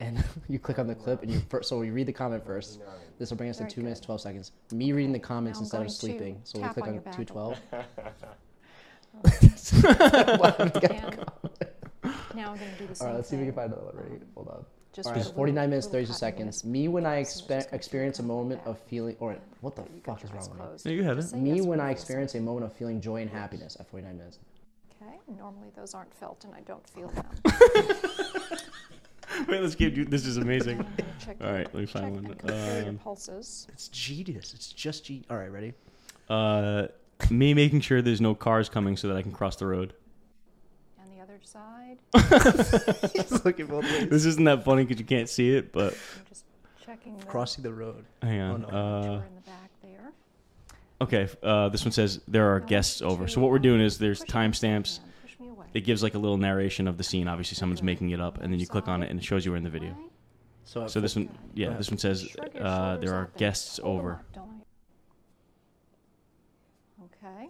S2: and you click on the clip and you first. So you read the comment first. This will bring us to
S4: Very
S2: two minutes
S4: good.
S2: twelve seconds. Me reading the comments
S4: Now
S2: instead of
S4: I'm going to
S2: sleeping. So we'll
S4: tap
S2: click
S4: on
S2: on
S4: your back.
S2: two twelve.
S4: And now I'm going to do the same
S2: Oh All right, let's see if we
S4: thing.
S2: can find another one. Ready? Hold on.
S4: Just
S2: All
S4: put
S2: right,
S4: a little-
S2: 49 minutes,
S4: little
S2: 32
S4: cotton in
S2: seconds.
S4: this.
S2: Me when I
S4: So it's
S2: expe-
S4: gonna
S2: experience a
S4: come
S2: moment
S4: back.
S2: of feeling, or what the
S4: You got
S2: fuck is
S4: your eyes
S2: wrong with me?
S4: closed.
S1: There you have
S4: Just
S1: it.
S4: say
S2: Me
S4: yes
S2: when
S4: you
S2: I
S4: feel
S2: experience a moment of feeling joy and happiness at 49 minutes.
S4: something. Okay, normally those aren't felt, and I don't feel them.
S1: Wait, let's keep. This is amazing.
S4: I'm gonna check
S1: All
S4: your-
S1: right, let me find
S4: check
S1: one.
S4: and compare your
S1: Um,
S4: pulses.
S2: It's genius. It's just genius. All right, ready?
S1: Uh, me making sure there's no cars coming so that I can cross the road.
S4: And the other side,
S2: He's looking both ways.
S1: This isn't that funny because you can't see it, but
S4: I'm just checking the
S2: Crossing the road.
S1: hang on.
S2: Oh, no.
S1: Uh,
S4: picture in the back there.
S1: okay, f- uh, this one says there are
S4: No,
S1: guests
S4: two.
S1: over. So what we're doing is there's
S4: Push me away,
S1: timestamps.
S4: man, push me away.
S1: It gives like a little narration of the scene. Obviously, someone's making it up, and then you click on it, and it shows you were in the video.
S4: Why?
S2: So,
S1: So this one, yeah, this one says
S4: Shrug your
S1: uh,
S4: shoulders
S1: there are
S4: out
S1: guests
S4: Hold 'em
S1: over.
S4: up, don't I? Okay.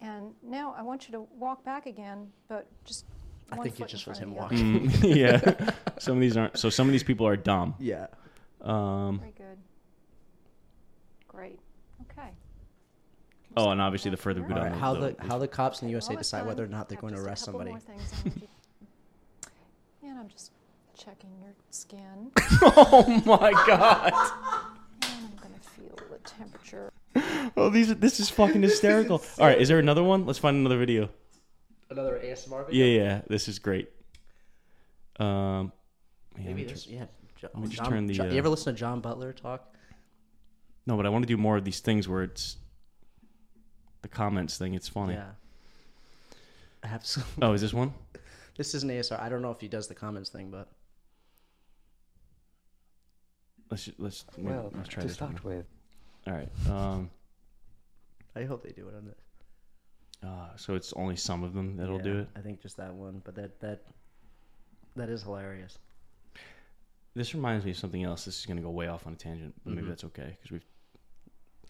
S4: And now I want you to walk back again, but just
S2: I
S4: one
S2: think it
S4: foot in
S2: just was
S4: front
S2: him
S4: of the other.
S2: walking.
S1: Mm, yeah, some of these aren't. So some of these people are dumb.
S2: Yeah.
S1: Um,
S4: Very good. Great. Okay.
S1: oh, and obviously the further we go
S2: All
S1: down,
S2: right, how the
S1: the-
S2: how the cops in the USA
S4: Well, it's
S2: decide
S4: done.
S2: whether or not they're
S4: Have
S2: going to
S4: just a
S2: arrest
S4: couple
S2: somebody.
S4: more things I need you- and I'm just checking your skin.
S1: oh my god!
S4: and I'm gonna feel the temperature.
S1: Oh, these are, this is fucking hysterical. All right, is there another one? Let's find another video.
S2: Another ASMR video.
S1: Yeah, yeah. This is great. Um, man,
S2: Maybe
S1: I'm
S2: this. Yeah. Jo-
S1: me just
S2: John-
S1: turn the,
S2: John-
S1: uh,
S2: you ever listen to John Butler talk?
S1: tr- no, but I want to do more of these things where it's the comments thing. It's funny.
S2: Yeah. I have some.
S1: Oh, is this one?
S2: This is an ASR. I don't know if he does the comments thing, but
S1: Let's let's maybe- let's try this one.
S7: with.
S1: All right. Um,
S2: I hope they do it on the.
S1: uh, so it's only some of them that'll
S2: Yeah,
S1: do it.
S2: I think just that one, but that that that is hilarious.
S1: This reminds me of something else. This is gonna go way off on a tangent, but
S2: Mm-hmm.
S1: maybe that's okay because we've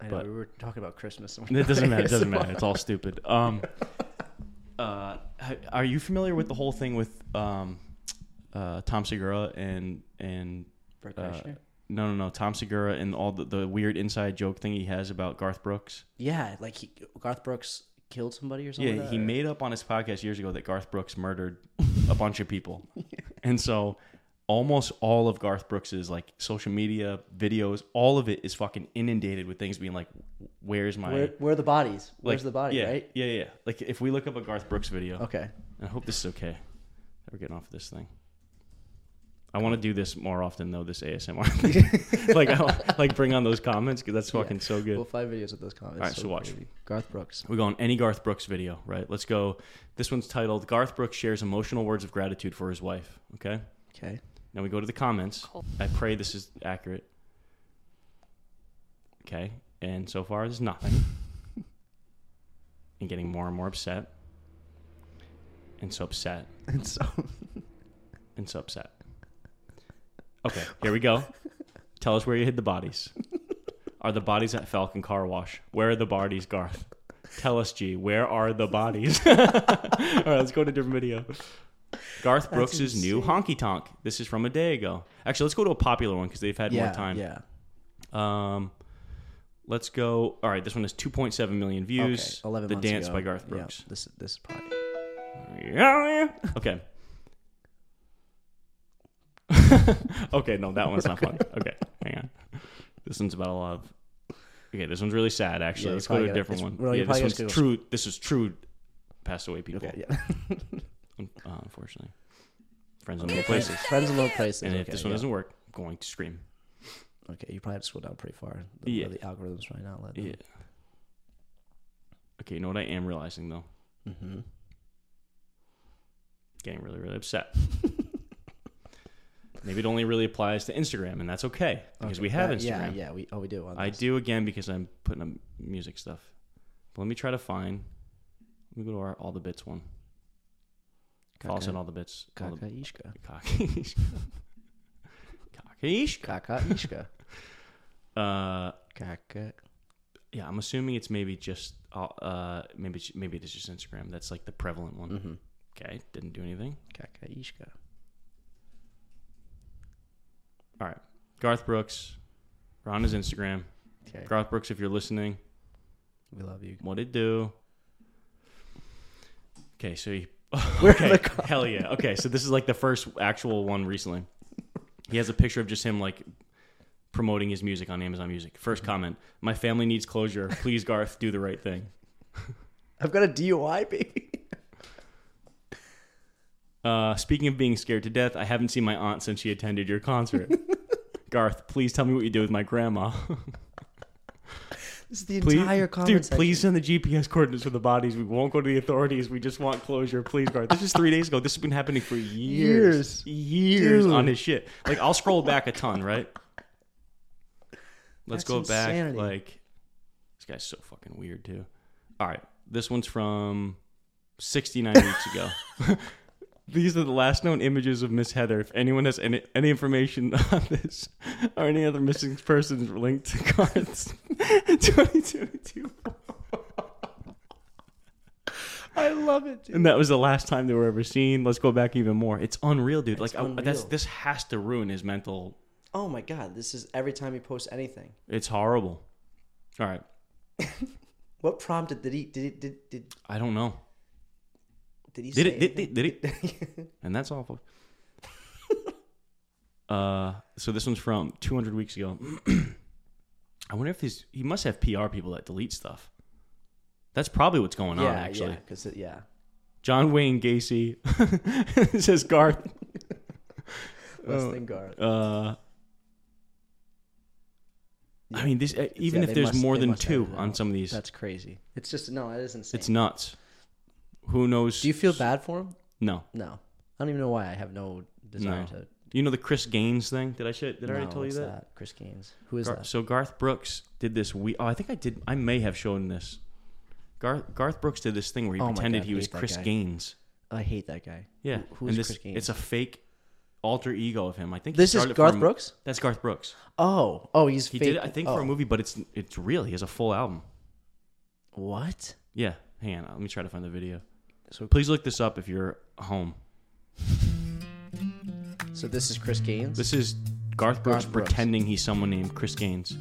S2: I know
S1: But-
S2: we were talking about Christmas. and
S1: It doesn't matter. It doesn't
S2: ASMR.
S1: matter. It's all stupid. Um, uh, ha- are you familiar with the whole thing with um, uh, Tom Segura and and
S2: Brett
S1: uh,
S2: Kreischer?
S1: no no no Tom Segura and all the, the weird inside joke thing he has about Garth Brooks?
S2: Yeah, like he, Garth Brooks killed somebody or something.
S1: Yeah,
S2: like
S1: he
S2: that, or-
S1: made up on his podcast years ago that Garth Brooks murdered a bunch of people, and so almost all of Garth Brooks's like social media videos, all of it is fucking inundated with things being like, "Where's my
S2: Where, where are the bodies? Where's
S1: like,
S2: the body?
S1: yeah,
S2: Right. Oh.
S1: Yeah, yeah. Like if we look up a Garth Brooks video,
S2: Okay.
S1: and I hope this is okay. We're getting off of this thing. I want to do this more often though. This ASMR, thing. like I, like bring on those comments because that's fucking so good.
S2: We'll find videos of those comments.
S1: All right, so watch.
S2: Garth Brooks.
S1: We go on any Garth Brooks video, right? Let's go. This one's titled "Garth Brooks shares emotional words of gratitude for his wife." Okay.
S2: Okay.
S1: Now we go to the comments. I pray this is accurate. Okay. And so far, there's nothing. and getting more and more upset. And so upset.
S2: And so
S1: And so upset. Okay, here we go. Tell us where you hid the bodies. Are the bodies at Falcon Car Wash? Where are the bodies, Garth? Tell us, G, where are the bodies? All right, let's go to a different video. Garth Brooks' new honky tonk. This is from a day ago. Actually, let's go to a popular one because they've had
S2: yeah,
S1: more time.
S2: Yeah.
S1: Um, let's go. All right, this one is 2.7 million views.
S2: okay. Eleven.
S1: the
S2: months
S1: dance
S2: ago.
S1: by Garth
S2: Yeah,
S1: Brooks.
S2: this this is probably.
S1: Yeah. Okay. okay, no, that one's not funny. Okay, hang on. This one's about a lot of. Okay, this one's really sad. Actually,
S2: you
S1: let's go to
S2: probably
S1: a
S2: gotta-
S1: different
S2: it's-
S1: one.
S2: well, you
S1: yeah, this
S2: probably
S1: one's
S2: gotta
S1: true. This is true. Passed away people.
S2: Okay. Yeah.
S1: un- uh, unfortunately, friends in low places.
S2: Friends in low places.
S1: And
S2: okay,
S1: if this one
S2: yeah.
S1: doesn't work, I'm going to scream.
S2: okay, you probably have to scroll down pretty far. The,
S1: Yeah.
S2: yeah. The algorithm's probably not letting.
S1: Yeah. Okay, you know what I am realizing though?
S2: Mm-hmm.
S1: Getting really, really upset. Maybe it only really applies to Instagram, and that's okay because we have Instagram.
S2: Yeah. Yeah. We. Oh, we do. On
S1: I
S2: this.
S1: do again because I'm putting up music stuff. But let me try to find. Let me go to our all the bits one. Follow us
S2: Kaka-
S1: in all the bits. all the-
S2: Kakaishka.
S1: Kakaish. Kakaish.
S2: Kakaishka.
S1: Uh,
S2: Kaka.
S1: yeah, I'm assuming it's maybe just uh, uh maybe it's- maybe it's just Instagram. That's like the prevalent one.
S2: Mm-hmm.
S1: Okay, didn't do anything.
S2: Kakaishka.
S1: All right, Garth Brooks. We're on his Instagram.
S2: Okay.
S1: Garth Brooks, if you're listening,
S2: We love you.
S1: What it do? Okay, so he,
S2: We're in
S1: okay,
S2: the car.
S1: hell yeah. Okay, so this is like the first actual one recently. He has a picture of just him like promoting his music on Amazon Music. 1st
S2: Mm-hmm.
S1: comment: My family needs closure. Please, Garth, do the right thing.
S2: I've got a DUI, baby.
S1: Uh, speaking of being scared to death, I haven't seen my aunt since she attended your concert. Garth, please tell me what you did with my grandma.
S2: This is the
S1: Please,
S2: entire
S1: dude,
S2: comment section.
S1: please send the GPS coordinates for the bodies. We won't go to the authorities. We just want closure, please, Garth. This is three days ago. This has been happening for years, years,
S2: Dude.
S1: on his shit. Like I'll scroll back a ton, right? Let's
S2: That's
S1: go
S2: insanity.
S1: back. Like this guy's so fucking weird too. All right, this one's from 69 weeks ago. These are the last known images of Miss Heather. If anyone has any, any information on this or any other missing persons linked to Garth's 2022
S2: I love it, dude.
S1: And that was the last time they were ever seen. Let's go back even more. It's unreal, dude. like I, that's
S2: unreal.
S1: this has to ruin his mental.
S2: Oh my god, this is every time he posts anything.
S1: It's horrible. All right,
S2: What prompted did he did did did
S1: I don't know.
S2: did he
S1: Did
S2: say
S1: it? Did, did,
S2: anything?
S1: did it? And that's awful. uh, so this one's from 200 weeks ago. I wonder if these. He must have PR people that delete stuff. That's probably what's going on.
S2: yeah,
S1: Actually,
S2: yeah, because yeah,
S1: John Wayne Gacy. it says Garth. Oh,
S2: Wrestling guard.
S1: Uh, I mean, this uh, even
S2: yeah,
S1: if
S2: they
S1: there's
S2: must-
S1: more
S2: they
S1: than
S2: must have
S1: two
S2: it
S1: on
S2: out.
S1: some of these,
S2: That's crazy. It's just no, that is insane.
S1: it's nuts. Who knows?
S2: Do you feel bad for him?
S1: no,
S2: No, I don't even know why. I have no desire
S1: no.
S2: to.
S1: You know the Chris Gaines thing? Did I shit? Did I already
S2: no,
S1: tell you
S2: it's
S1: that?
S2: not Chris Gaines? Who is
S1: Gar-
S2: that?
S1: so Garth Brooks did this. We oh, I think I did. I may have shown this. Garth Garth Brooks did this thing where he
S2: Oh my
S1: pretended
S2: God,
S1: he was
S2: hate that
S1: Chris
S2: guy.
S1: Gaines.
S2: I hate that guy.
S1: Yeah,
S2: Who- who
S1: and
S2: is
S1: this,
S2: Chris Gaines?
S1: It's a fake alter ego of him. I think he
S2: This is
S1: started it
S2: Garth
S1: for a-
S2: Brooks?
S1: That's Garth Brooks.
S2: Oh, oh, he's
S1: He
S2: fake.
S1: did it, I think, for a
S2: oh.
S1: movie, but it's it's real. He has a full album.
S2: What?
S1: Yeah, hang on. Let me try to find the video.
S2: So-
S1: So please look this up if you're home.
S2: So this is Chris Gaines.
S1: This is Garth Brooks,
S2: Brooks.
S1: pretending he's someone named Chris Gaines.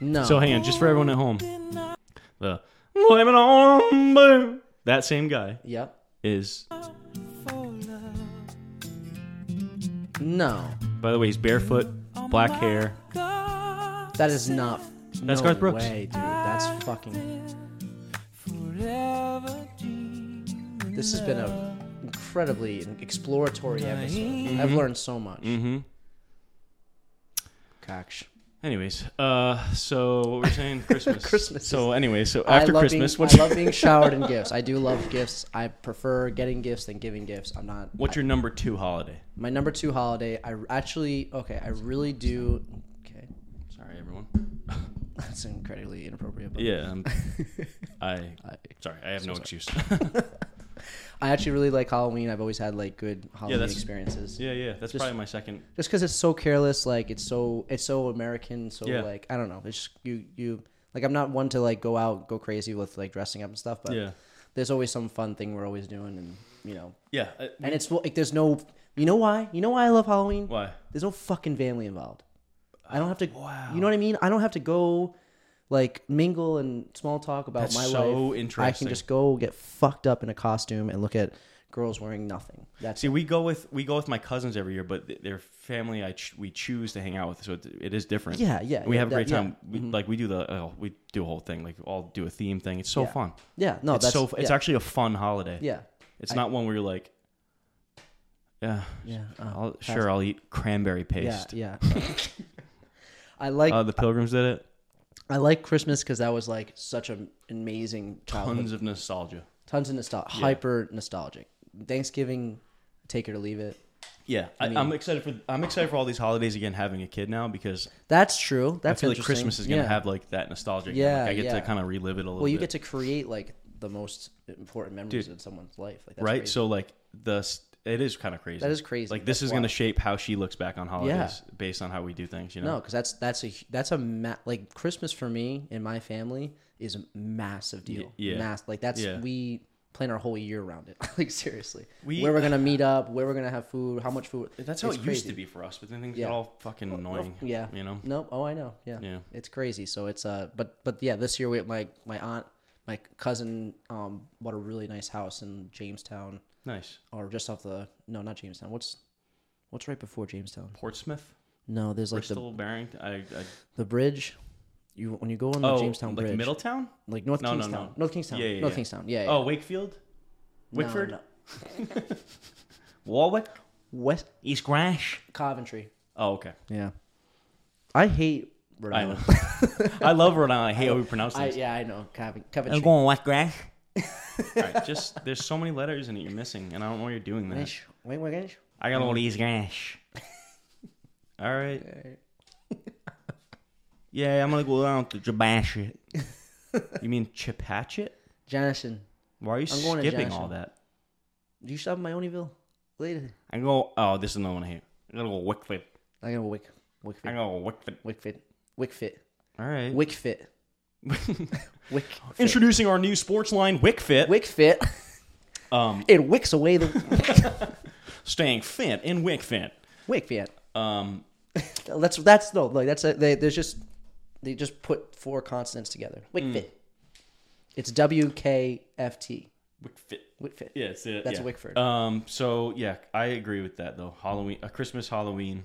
S2: no.
S1: So hang on, just for everyone at home, the blame it on Boo. That same guy
S2: Yep.
S1: is.
S2: No,
S1: By the way, he's barefoot, black hair.
S2: that is not.
S1: That's
S2: no
S1: Garth Brooks.
S2: Way, dude. That's fucking. This has been a incredibly exploratory episode. I've learned so much.
S1: Mm-hmm.
S2: Cox.
S1: Anyways, uh, so what we're saying, Christmas.
S2: Christmas
S1: So anyway, so
S2: I
S1: after
S2: love
S1: Christmas,
S2: being,
S1: what's
S2: I love being showered in gifts. I do love gifts. I prefer getting gifts than giving gifts. I'm not.
S1: what's your number two holiday?
S2: My number two holiday. I actually okay. I really do. Okay,
S1: Sorry, everyone.
S2: that's incredibly inappropriate. But
S1: Yeah, I'm, I.
S2: I,
S1: Sorry, I have no excuse.
S2: I actually really like Halloween. I've always had like good Halloween
S1: that's-
S2: experiences.
S1: yeah, yeah, that's probably my second.
S2: Just because it's so careless, like it's so it's so American. So
S1: Yeah.
S2: like I don't know. It's just, you you like I'm not one to like go out go crazy with like dressing up and stuff. But
S1: Yeah.
S2: there's always some fun thing we're always doing, and you know,
S1: Yeah. uh,
S2: and it's like there's no. You know why? You know why I love Halloween?
S1: why?
S2: There's no fucking family involved. I don't have to. You know what I mean? I don't have to go like mingle and small talk about
S1: That's
S2: my
S1: so
S2: life. I
S1: interesting.
S2: can just go get fucked up in a costume and look at girls wearing nothing. That's
S1: See, we go with we go with my cousins every year, but th- their family I ch- we choose to hang out with, so it, it is different.
S2: Yeah, yeah,
S1: We
S2: yeah,
S1: have a great
S2: that- yeah. Mm-hmm.
S1: time. We, Like we do the oh, we do a whole thing. Like all do a theme thing. It's so
S2: Yeah.
S1: fun.
S2: yeah. No,
S1: it's
S2: that's
S1: so fu- it's
S2: yeah,
S1: actually a fun holiday.
S2: yeah.
S1: It's not one where you're like, yeah,
S2: Yeah, uh,
S1: I'll, sure, I'll eat cranberry
S2: Yeah,
S1: paste.
S2: yeah. I like
S1: Uh, the pilgrims did it.
S2: I like Christmas because that was like such an amazing childhood.
S1: Tons of nostalgia.
S2: Tons of nostalgia, hyper nostalgic. Thanksgiving, take it or leave it.
S1: Yeah, I I, am excited for I'm excited for all these holidays again. Having a kid now because
S2: That's true.
S1: I
S2: That's
S1: feel like
S2: interesting.
S1: Christmas is gonna
S2: Yeah.
S1: have like that nostalgia. again.
S2: Yeah,
S1: like, I get
S2: yeah.
S1: to kind of relive it a little.
S2: Well, you
S1: bit.
S2: get to create like the most important memories in someone's life, like that's
S1: right?
S2: crazy.
S1: So like the s- it is kind of crazy.
S2: That is crazy.
S1: Like this
S2: That's
S1: is going to
S2: wild.
S1: shape how she looks back on holidays based on how we do things. You know,
S2: no, because that's that's a hu- that's a ma- like Christmas for me and my family is a massive deal.
S1: yeah.
S2: Mass- like that's
S1: Yeah.
S2: we plan our whole year around it. like seriously,
S1: We-
S2: where we're gonna meet up, where we're gonna have food, how much food.
S1: that's how
S2: It's
S1: it used
S2: crazy.
S1: to be for us. But then things
S2: Yeah.
S1: get all fucking annoying.
S2: Yeah.
S1: you know.
S2: No. Oh, I know. Yeah.
S1: Yeah.
S2: It's crazy. So it's uh, but but yeah, this year we my my aunt, my cousin, um, bought a really nice house in Jamestown,
S1: Nice
S2: or just off the no, not Jamestown. What's what's right before Jamestown?
S1: Portsmouth,
S2: No, there's like
S1: Bristol, Barrington. I, I
S2: the the bridge. You when you go on the
S1: oh,
S2: Jamestown
S1: like
S2: Bridge,
S1: Middletown.
S2: like North
S1: No, no,
S2: Kingstown,
S1: no.
S2: North Kingstown,
S1: Yeah, yeah,
S2: North
S1: yeah.
S2: Kingstown. Yeah. yeah.
S1: Oh, Wakefield,
S2: No,
S1: Wickford,
S2: no.
S1: Warwick,
S2: West
S1: East Grash.
S2: Coventry.
S1: Oh, okay.
S2: Yeah. I hate Rhode
S1: I know.
S2: Island.
S1: I love Rhode Island. I hate how we pronounce
S2: I,
S1: things.
S2: yeah, I know Covent-
S1: I'm
S2: Coventry.
S1: going West Grash. all right, just there's so many letters in it you're missing, and I don't know why you're doing that.
S2: Wait, wait, wait.
S1: I got all these gash. All right. yeah, I'm gonna go down to Jabashit. you mean Chipachet?
S2: Jonathan,
S1: Why are you
S2: I'm going to
S1: skipping all
S2: Johnson.
S1: that?
S2: do you stop in my Onlyville later?
S1: I go. Oh, this is another one here. I'm gonna go Wickford.
S2: I got a wick, wick
S1: I
S2: fit,
S1: go Wickford.
S2: wick fit, wick fit,
S1: All right.
S2: wick fit, wick, fit.
S1: Introducing our new sports line, Wickfit.
S2: wick fit.
S1: um,
S2: It wicks away the
S1: staying fit in Wickfit.
S2: wick fit.
S1: Um,
S2: That's that's no like that's a, they there's just they just put four consonants together.
S1: Mm.
S2: Wick fit. It's W K F T.
S1: Wickfit.
S2: Wick fit.
S1: Yeah, it's it.
S2: That's
S1: yeah.
S2: Wickford.
S1: Um, so yeah, I agree with that though. Halloween, a Christmas Halloween.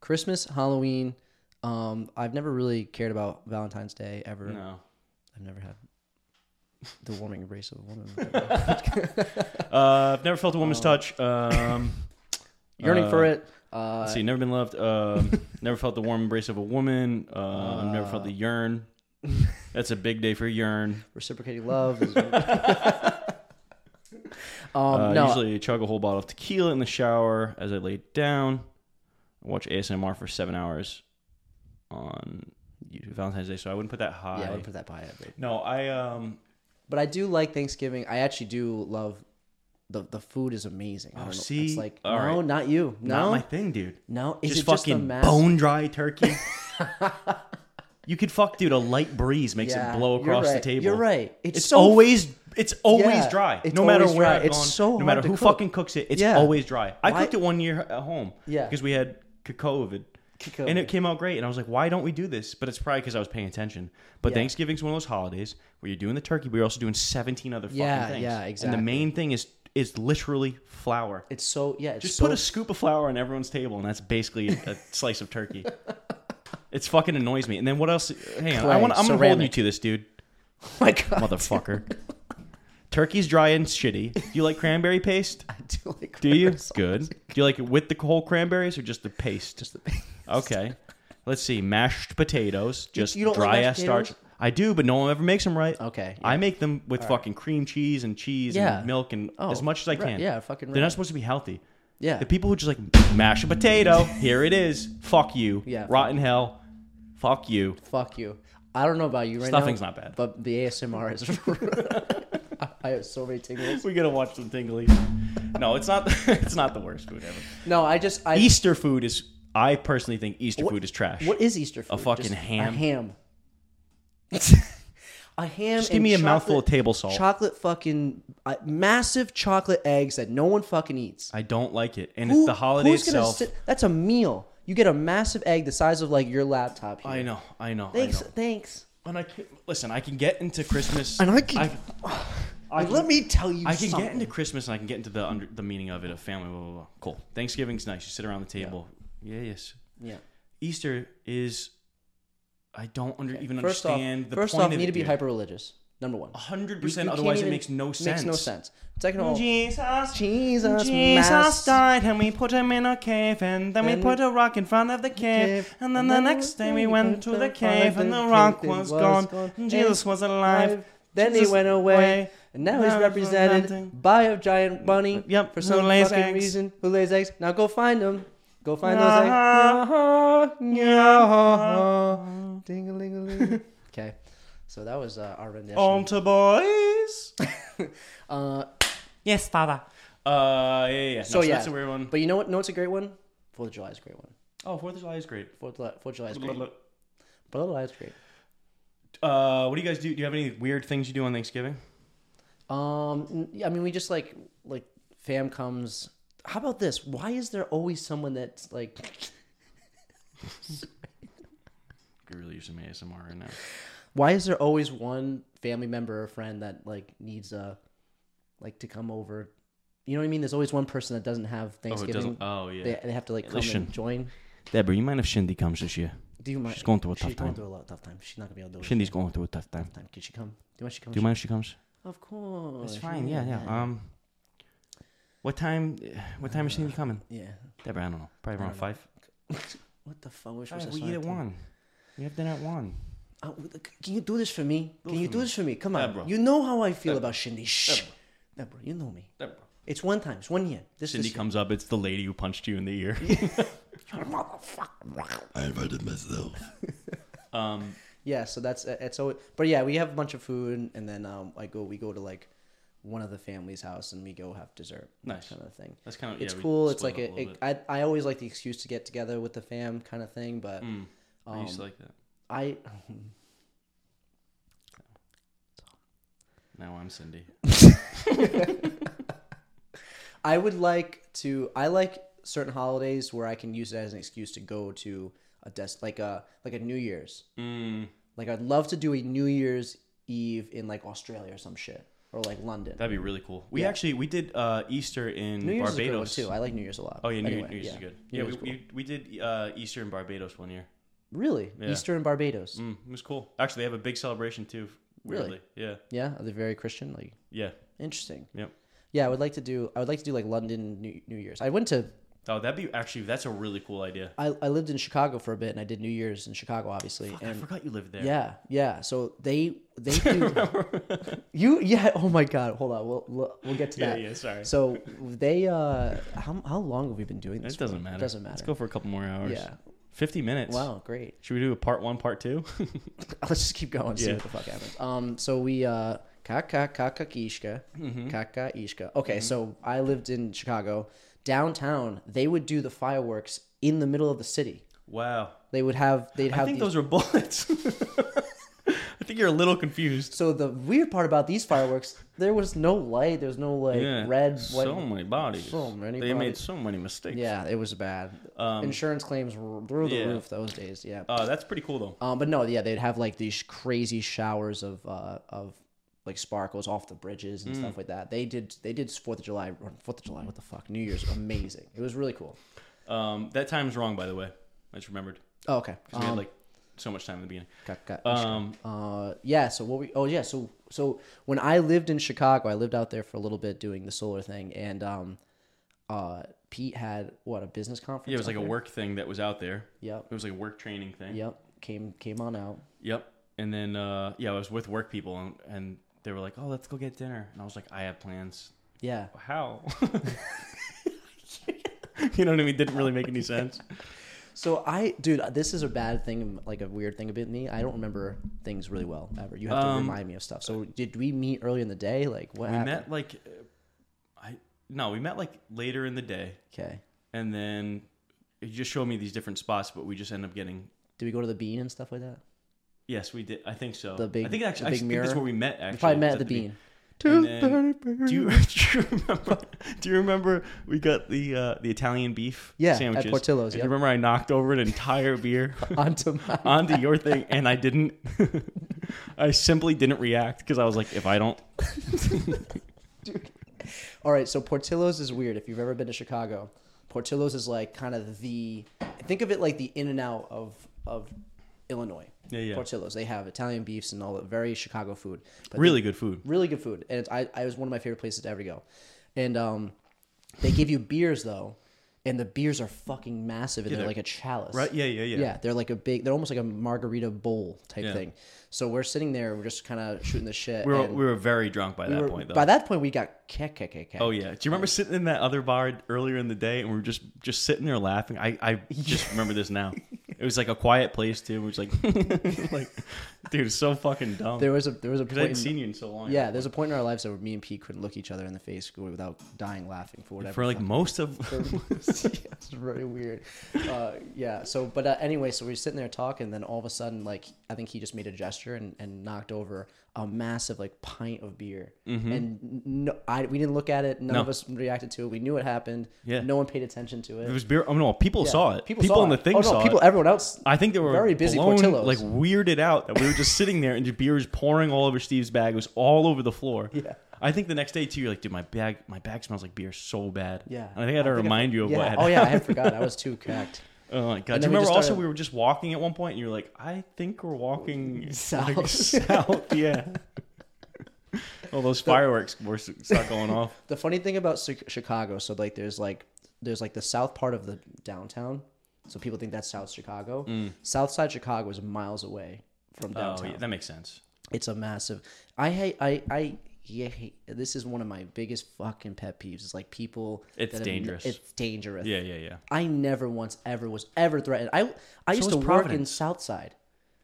S2: Christmas, Halloween. Um, I've never really cared about Valentine's Day ever.
S1: No.
S2: I've never had the warming embrace of a woman.
S1: Uh, I've never felt a woman's touch. Um,
S2: Yearning for
S1: Uh,
S2: it. Uh,
S1: let's see, never been loved. Um, never felt the warm embrace of a woman. Uh, I've never
S2: Ah.
S1: felt the yearn. That's a big day for yearn.
S2: reciprocating love. Is um,
S1: Uh,
S2: no,
S1: Usually chug a whole bottle of tequila in the shower as I lay down. Watch ASMR for seven hours on YouTube Valentine's Day, so I wouldn't put that high.
S2: yeah, I would put that by it. But,
S1: no, I um.
S2: but I do like Thanksgiving. I actually do love the the food is amazing. I don't know.
S1: Oh, see?
S2: it's like
S1: All
S2: no,
S1: right.
S2: not you. No,
S1: Not my thing, dude.
S2: no. Is
S1: just
S2: it just the
S1: fucking
S2: mass-
S1: bone dry turkey. you could fuck, dude. A light breeze makes
S2: Yeah,
S1: it blow
S2: you're
S1: across the
S2: right.
S1: table.
S2: You're right. It's
S1: It's,
S2: so-
S1: always it's always
S2: Yeah,
S1: dry.
S2: it's
S1: no matter
S2: always
S1: where
S2: dry.
S1: I've
S2: It's
S1: gone,
S2: so
S1: no
S2: hard
S1: matter
S2: to
S1: who
S2: cook.
S1: fucking cooks it, it's
S2: Yeah.
S1: always dry. I
S2: Why-
S1: cooked it one year at home.
S2: Yeah.
S1: because we had c- COVID.
S2: Cucumber.
S1: And it came out great, and I was like, "Why don't we do this?" But it's probably because I was paying attention. But
S2: Yeah.
S1: Thanksgiving's one of those holidays where you're doing the turkey, but you're also doing 17 other fucking
S2: Yeah,
S1: things.
S2: yeah,
S1: And
S2: exactly.
S1: the main thing is is literally flour.
S2: It's so yeah. It's
S1: Just
S2: so,
S1: put a scoop of flour on everyone's table, and that's basically a slice of turkey. It's fucking annoys me. And then what else? Hang on, I
S2: Clay,
S1: want, I'm gonna hold you
S2: ceramic.
S1: to this, dude,
S2: oh my God,
S1: motherfucker. Turkey's dry and shitty. Do you like cranberry paste?
S2: I do like
S1: Do you?
S2: cranberry sauce.
S1: Good. Do you like it with the whole cranberries or just the paste? Just the paste. Okay. Let's see. Mashed potatoes, just
S2: you don't like
S1: dry
S2: mashed
S1: ass starch.
S2: potatoes?
S1: I do, but no one ever makes them right.
S2: Okay,
S1: I make them with fucking cream cheese and cheese
S2: Yeah.
S1: and milk and
S2: Oh,
S1: as much as I
S2: right.
S1: can.
S2: Yeah, fucking
S1: They're
S2: right.
S1: not supposed to be healthy.
S2: Yeah.
S1: The people who just like mash a potato, here it is. Fuck you.
S2: Yeah, fuck
S1: Rotten hell. Fuck you.
S2: Fuck you. I don't know about you right
S1: Stuffing's
S2: now.
S1: not bad.
S2: But the ASMR is. I have so many tingles.
S1: We gotta watch some tingly. No, it's not it's not the worst food ever.
S2: No, I just I.
S1: Easter food is I personally think Easter
S2: What-
S1: food is trash.
S2: What is Easter food?
S1: fucking
S2: Just
S1: ham.
S2: A ham. a ham.
S1: Just give
S2: and
S1: me a mouthful of
S2: chocolate-
S1: table salt.
S2: Chocolate fucking uh, massive chocolate eggs that no one fucking eats.
S1: I don't like it. And
S2: Who-
S1: it's the holiday
S2: who's gonna
S1: itself.
S2: sit- that's a meal. You get a massive egg the size of like your laptop. Here.
S1: I know, I know,
S2: Thanks.
S1: I know.
S2: Thanks.
S1: And I can, listen, I can get into Christmas.
S2: And I can-
S1: I
S2: Like, let me tell you.
S1: I can
S2: something.
S1: get into Christmas and I can get into the under, the meaning of it of family. Blah, blah, blah. Cool. Thanksgiving's nice. You sit around the table. Yeah. Yes.
S2: Yeah.
S1: Easter is. I don't under, even
S2: First off,
S1: understand the
S2: first
S1: point
S2: off,
S1: of
S2: you need
S1: it,
S2: to be
S1: dude.
S2: hyper religious. Number one.
S1: 100%,
S2: You- you can't
S1: otherwise it
S2: even-
S1: makes no sense.
S2: Makes no sense. Second of all,
S1: Jesus,
S2: Jesus,
S1: Jesus
S2: mass.
S1: died, and we put him in a cave, and then we
S2: Then
S1: put
S2: we-
S1: a rock in front of the cave,
S2: cave,
S1: and then the next day we went to the cave, and the rock was gone, and Jesus was alive.
S2: Then
S1: Jesus
S2: he went away, and now he's represented
S1: represented
S2: by a giant bunny.
S1: Yep,
S2: for
S1: who
S2: some
S1: lays
S2: fucking
S1: eggs.
S2: reason, who lays eggs? Now go find them. Go find Uh-huh. those eggs. Ding-a-ling-a-ling. Uh-huh. okay, so that was uh, our rendition.
S1: On to boys.
S2: uh,
S1: Yes, father. Uh, yeah, yeah. yeah. No,
S2: so yeah,
S1: that's a weird one.
S2: But you know what? No, it's a great one. Fourth of July is a great one.
S1: oh, Fourth of July is great.
S2: Fourth of July, Fourth of July is great.
S1: Uh,
S2: Fourth of July is great.
S1: what do you guys do? Do you have any weird things you do on Thanksgiving?
S2: Um, n- yeah, I mean, we just like like fam comes. How about this? Why is there always someone that's like
S1: I could really use some ASMR right now.
S2: why is there always one family member or friend that like needs a like to come over you know what i mean there's always one person that doesn't have thanksgiving
S1: doesn't- oh, yeah.
S2: they, they have to like come
S1: Listen.
S2: and join
S1: Deborah, you mind if Shindy comes this year?
S2: do you mind
S1: She's going through a tough
S2: she's going
S1: time.
S2: through a lot of tough time she's not gonna be able to do it
S1: Shindy's going through a tough time.
S2: time can she come do you mind she comes
S1: Do you mind if she comes?
S2: of course
S1: It's fine. Oh, Yeah, yeah. Um, what time? What time is Cindy coming?
S2: yeah
S1: Deborah, Uh, I don't know. Probably around five.
S2: what the fuck Wish
S1: All right,
S2: was I
S1: we
S2: sorry
S1: eat at
S2: to-
S1: one. We have dinner at one.
S2: Oh, w- can you do this for me can you do this for me come on
S1: Deborah.
S2: you know how i feel about shindy shh Deborah, you know me it's one time it's one year this
S1: Cindy
S2: is
S1: comes up. It's the lady who punched you in the ear. Um,
S2: Yeah, so that's it's always. But yeah, we have a bunch of food, and then um, I go. We go to like one of the family's house, and we go have dessert. that
S1: Nice.
S2: kind of thing.
S1: That's kind of
S2: It's
S1: yeah, we
S2: cool. It's
S1: split
S2: like
S1: it up
S2: a.
S1: little
S2: it-
S1: bit.
S2: I I always like the excuse to get together with the fam kind of thing, but
S1: Mm,
S2: um,
S1: I um, used to like that.
S2: I
S1: Now I'm Cindy.
S2: I would like to. I like certain holidays where I can use it as an excuse to go to a desk, like a like a New Year's.
S1: Mm,
S2: Like I'd love to do a New Year's Eve in like Australia or some shit, or like London.
S1: That'd be really cool. We actually we did uh, Easter in
S2: New Year's
S1: Barbados
S2: is a good one too. I like New Year's a lot.
S1: Oh yeah, New,
S2: Anyway,
S1: New Year's is good.
S2: New
S1: yeah,
S2: Year's
S1: we,
S2: is cool.
S1: we, we did uh, Easter in Barbados one year.
S2: Really?
S1: Yeah.
S2: Easter in Barbados.
S1: Mm, it was cool. Actually, they have a big celebration too. Weirdly,
S2: Really?
S1: yeah,
S2: Yeah, are they very Christian? Like
S1: yeah,
S2: interesting.
S1: Yep.
S2: Yeah, I would like to do. I would like to do like London New, New Year's. I went to.
S1: Oh, that'd be actually that's a really cool idea.
S2: I, I lived in Chicago for a bit, and I did New Year's in Chicago, obviously.
S1: I
S2: and
S1: forgot you lived there.
S2: yeah, yeah. So they they do. you yeah. Oh my God. Hold on. We'll we'll, we'll get to
S1: Yeah,
S2: that.
S1: yeah, sorry.
S2: So they uh, how how long have we been doing this?
S1: it
S2: for?
S1: doesn't matter.
S2: It doesn't matter.
S1: Let's go for a couple more hours.
S2: Yeah.
S1: fifty minutes.
S2: Wow, great.
S1: Should we do a part one, part two?
S2: Let's just keep going. See
S1: Yeah.
S2: what the fuck happens. Um. So we uh. Kaka kaka kishka
S1: Mm-hmm.
S2: kaka ishka. Okay, so I lived in Chicago downtown. They would do the fireworks in the middle of the city.
S1: wow.
S2: They would have they'd have
S1: I think
S2: these
S1: those were bullets. I think you're a little confused.
S2: So the weird part about these fireworks, there was no light. There was no like red. White.
S1: So many bodies.
S2: So many
S1: They made
S2: bodies.
S1: so many mistakes.
S2: yeah, it was bad. Insurance claims were through the
S1: yeah.
S2: roof those days. Yeah.
S1: Uh, that's pretty cool though.
S2: um, but no, yeah, they'd have like these crazy showers of uh, of like sparkles off the bridges and
S1: Mm.
S2: stuff like that. They did they did Fourth of July or Fourth of July. What the fuck? New Year's amazing. it was really cool.
S1: Um, that time's wrong, by the way. I just remembered.
S2: Oh, okay.
S1: 'Cause we had
S2: Um,
S1: like so much time in the beginning.
S2: got- got-
S1: Um,
S2: Uh, yeah. So what we? Oh yeah. So so when I lived in Chicago, I lived out there for a little bit doing the solar thing, and um, uh, Pete had what a business conference.
S1: yeah, it was
S2: out
S1: like a
S2: there?
S1: work thing that was out there.
S2: Yep.
S1: It was like a work training thing.
S2: Yep. Came came on out.
S1: Yep. And then uh, yeah, I was with work people and, and they were like, "Oh, let's go get dinner." And I was like, "I have plans."
S2: Yeah.
S1: How? you know what I mean? Didn't really make any sense.
S2: So I, dude, uh, this is a bad thing, like a weird thing about me. I don't remember things really well ever. You have to remind me of stuff. So did we meet early in the day? Like what
S1: Um, We
S2: happened?
S1: met like uh, I no, we met like later in the day,
S2: Okay.
S1: and then you just showed me these different spots, but we just end up getting.
S2: Did we go to the bean and stuff like that?
S1: Yes, we did. I think so.
S2: The big-
S1: I think actually,
S2: the
S1: I
S2: big
S1: think that's
S2: mirror?
S1: where we met. Actually,
S2: We probably met
S1: was
S2: at the bean.
S1: And then- do, you, do you remember? Do you remember we got the uh, the Italian beef?
S2: Yeah, at
S1: sandwiches?
S2: Portillo's,
S1: And
S2: yep.
S1: You remember I knocked over an entire beer
S2: Onto my,
S1: onto your thing, and I didn't. I simply didn't react because I was like, if I don't,
S2: All right, so Portillo's is weird. If you've ever been to Chicago, Portillo's is like kind of the think of it like the in and out of of Illinois.
S1: Yeah, yeah.
S2: Portillo's. They have Italian beefs and all that very Chicago food. But
S1: really good food.
S2: really good food, and it's, I I was one of my favorite places to ever go. And um, they give you beers though, and the beers are fucking massive, and they're,
S1: they're-
S2: like a chalice.
S1: Right? Yeah, yeah, yeah.
S2: Yeah, they're like a big. They're almost like a margarita bowl type
S1: Yeah.
S2: thing. So we're sitting there, we're just kind of shooting the shit.
S1: We were,
S2: and
S1: we were very drunk by that
S2: we were-
S1: point, though.
S2: by that point, we got kek kek kek. kek.
S1: Oh yeah. Do you remember sitting in that other bar earlier in the day and we were just just sitting there laughing? I, I just remember this now. It was like a quiet place too. It was like, like, dude, it's so fucking dumb.
S2: There was a there was a
S1: Because I
S2: point.
S1: hadn't
S2: in-
S1: seen you in so long.
S2: yeah, there's a point in our lives where me and Pete couldn't look each other in the face without dying laughing for whatever.
S1: For like
S2: fucking-
S1: most of
S2: Yeah, it's very weird. Uh, yeah. So, but uh, anyway, so we were sitting there talking, then all of a sudden, like I think he just made a gesture and, and knocked over a massive like pint of beer, and no, I we didn't look at it. None
S1: Mm-hmm. No.
S2: of us reacted to it. We knew it happened.
S1: Yeah.
S2: No one paid attention to it.
S1: it was beer. Oh no, people
S2: Yeah,
S1: saw it. People,
S2: saw
S1: in the
S2: it.
S1: thing
S2: Oh, no,
S1: saw
S2: people,
S1: it.
S2: everyone else.
S1: I think they were
S2: very busy
S1: blown,
S2: Portillos.
S1: like weirded out that we were just sitting there and the beer was pouring all over Steve's bag. It was all over the floor.
S2: Yeah.
S1: I think the next day too, you're like, dude, my bag, my bag smells like beer so bad.
S2: yeah.
S1: And I think I had to remind you of
S2: yeah.
S1: what. Had
S2: Oh yeah, I had forgot. I was too cracked.
S1: Oh my god!
S2: And
S1: Do
S2: then
S1: you
S2: we
S1: remember
S2: just
S1: also
S2: started-
S1: we were just walking at one point and you were like, I think we're walking
S2: South.
S1: like, south, yeah. All those fireworks were s- start going off.
S2: the funny thing about Chi- Chicago, so like there's like there's like the south part of the downtown, so people think that's South Chicago. South side Chicago is miles away from
S1: Mm. Oh,
S2: downtown.
S1: yeah, that makes sense.
S2: It's a massive. I hate. I I yeah. hate- This is one of my biggest fucking pet peeves. It's like people.
S1: It's
S2: that have-
S1: dangerous.
S2: it's dangerous.
S1: Yeah, yeah, yeah.
S2: I never once ever was ever threatened. I I
S1: is
S2: used to work in
S1: Providence.
S2: Southside.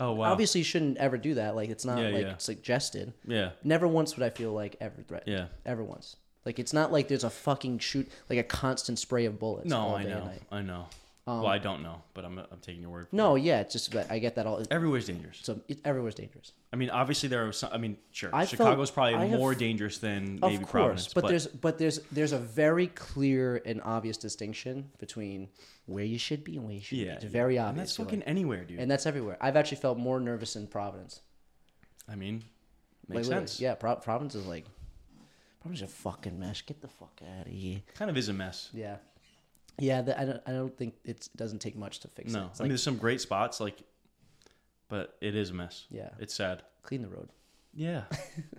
S1: Oh wow.
S2: Obviously, you shouldn't ever do that. Like it's not
S1: Yeah,
S2: like
S1: yeah.
S2: suggested.
S1: Yeah.
S2: Never once would I feel like ever threatened.
S1: Yeah.
S2: Ever once. Like it's not like there's a fucking shoot like a constant spray of bullets.
S1: No,
S2: all
S1: I
S2: day and
S1: know.
S2: night. Um,
S1: I know. well, I don't know, but I'm I'm taking your word. For
S2: No,
S1: it.
S2: yeah, it's just that I get that all.
S1: everywhere's dangerous.
S2: So it, everywhere's dangerous.
S1: I mean, obviously there are some. I mean, sure,
S2: I felt-
S1: Chicago's probably
S2: I have-
S1: more dangerous than
S2: Of
S1: maybe
S2: course,
S1: Providence,
S2: but, there's but there's there's a very clear and obvious distinction between where you should be and where you should
S1: yeah,
S2: be. It's
S1: yeah.
S2: very obvious.
S1: And that's
S2: You're like-
S1: fucking anywhere, dude.
S2: and that's everywhere. I've actually felt more nervous in Providence.
S1: I mean,
S2: Like,
S1: makes
S2: literally,
S1: sense.
S2: Yeah, Pro- Providence is like Providence is a fucking mess. Get the fuck out of here.
S1: Kind of is a mess.
S2: Yeah, yeah. The, I don't. I don't think it's, it doesn't take much to fix it.
S1: No,
S2: It's
S1: I
S2: like-
S1: mean, there's some great spots. Like but it is a mess.
S2: Yeah.
S1: It's sad.
S2: Clean the road.
S1: Yeah.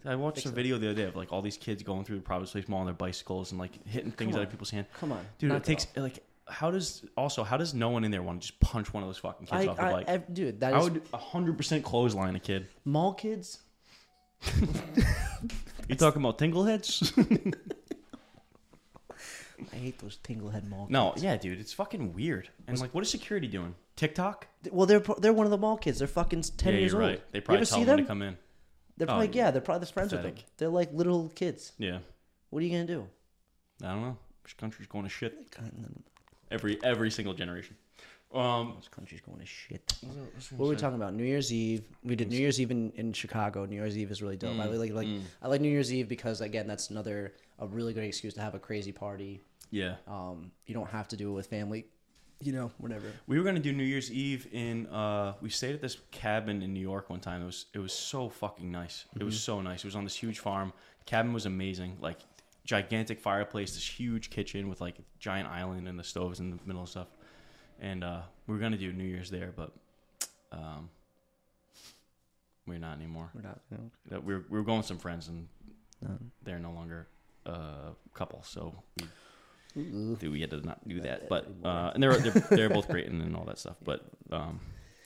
S1: I watched a video the other day of like all these kids going through the private space mall on their bicycles and like hitting things out of people's hand.
S2: Come on.
S1: Dude,
S2: knock
S1: it takes
S2: off.
S1: like how does also how does no one in there want to just punch one of those fucking kids
S2: I,
S1: off the
S2: I,
S1: bike?
S2: I, dude, that
S1: I
S2: is
S1: would hundred percent clothesline a kid.
S2: mall kids.
S1: You talking about tingleheads?
S2: I hate those tinglehead mall.
S1: no, yeah, dude, it's fucking weird. And like, what is security doing? TikTok?
S2: kids. Well, they're pro- they're one of the mall kids. They're fucking ten
S1: yeah,
S2: years
S1: you're
S2: old.
S1: right. They
S2: you
S1: probably
S2: ever
S1: tell
S2: see
S1: them,
S2: them?
S1: to come in.
S2: They're
S1: Oh,
S2: probably
S1: yeah.
S2: yeah. They're probably they're friends with them.
S1: Pathetic.
S2: They're like little kids.
S1: Yeah,
S2: What are you gonna do?
S1: I don't know. This country's going to shit. Every every single generation. Um,
S2: This country's going to shit. What were we talking about? New Year's Eve. We did New Year's Eve in, in Chicago. New Year's Eve is really dope.
S1: Mm,
S2: I like like I like New Year's Eve because again, that's another a really great excuse to have a crazy party.
S1: yeah.
S2: Um, you don't have to do it with family. You know, whatever.
S1: We were gonna do New Year's Eve in. Uh, we stayed at this cabin in New York one time. It was it was so fucking nice. It was so nice. It was on this huge farm. cabin was amazing. Like gigantic fireplace, this huge kitchen with like giant island and the stoves in the middle and stuff. And uh, we were gonna do New Year's there, but um, we're not anymore.
S2: We're not. You know,
S1: That we were, we were going with some friends, and
S2: No.
S1: they're no longer a couple. So we do we had to not do that. But uh, and they're, they're they're both great and, and all that stuff. But um,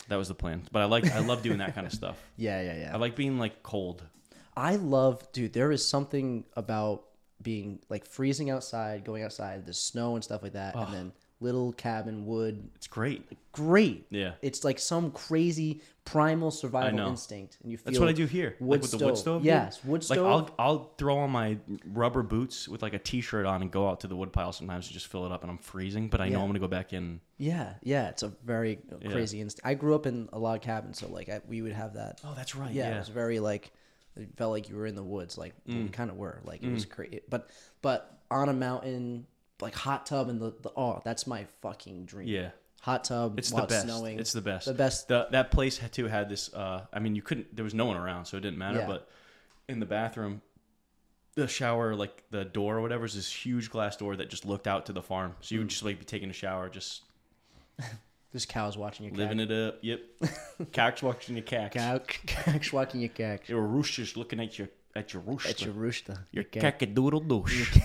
S1: that was the plan. But I like I love doing that kind of stuff.
S2: yeah, yeah, yeah.
S1: I like being like cold.
S2: I love, dude. There is something about being like freezing outside, going outside, the snow and stuff like that, and then little cabin wood.
S1: It's great.
S2: Great.
S1: Yeah.
S2: It's like some crazy primal survival
S1: know.
S2: instinct, and you feel
S1: That's what I do here.
S2: Wood
S1: like with the wood stove. dude.
S2: Yes, wood stove.
S1: Like I'll I'll throw on my rubber boots with like a t-shirt on and go out to the wood pile sometimes and just fill it up and I'm freezing, but I know
S2: Yeah.
S1: I'm gonna go back in.
S2: yeah, yeah. It's a very
S1: Yeah.
S2: crazy instinct. I grew up in a log cabin, so like I, we would have that.
S1: Oh, that's right.
S2: Uh, yeah,
S1: Yeah.
S2: it was very like it felt like you were in the woods like we
S1: Mm.
S2: kind of were like it was crazy but but on a mountain like hot tub and the, the oh that's my fucking dream
S1: Yeah.
S2: hot tub
S1: It's
S2: while
S1: the best.
S2: snowing
S1: It's the best.
S2: the best
S1: The, that place had too had this. Uh, I mean, you couldn't. There was no one around, so it didn't matter.
S2: Yeah.
S1: But in the bathroom, the shower, like the door or whatever, is this huge glass door that just looked out to the farm. So
S2: Mm.
S1: you would just like be taking a shower, just
S2: there's cows watching your
S1: living it up. Yep. Cacks watching your cacks.
S2: cow cows watching your cow
S1: Your roosters looking at your at your rooster.
S2: at your rooster
S1: your
S2: cow.
S1: cackadoodle douche.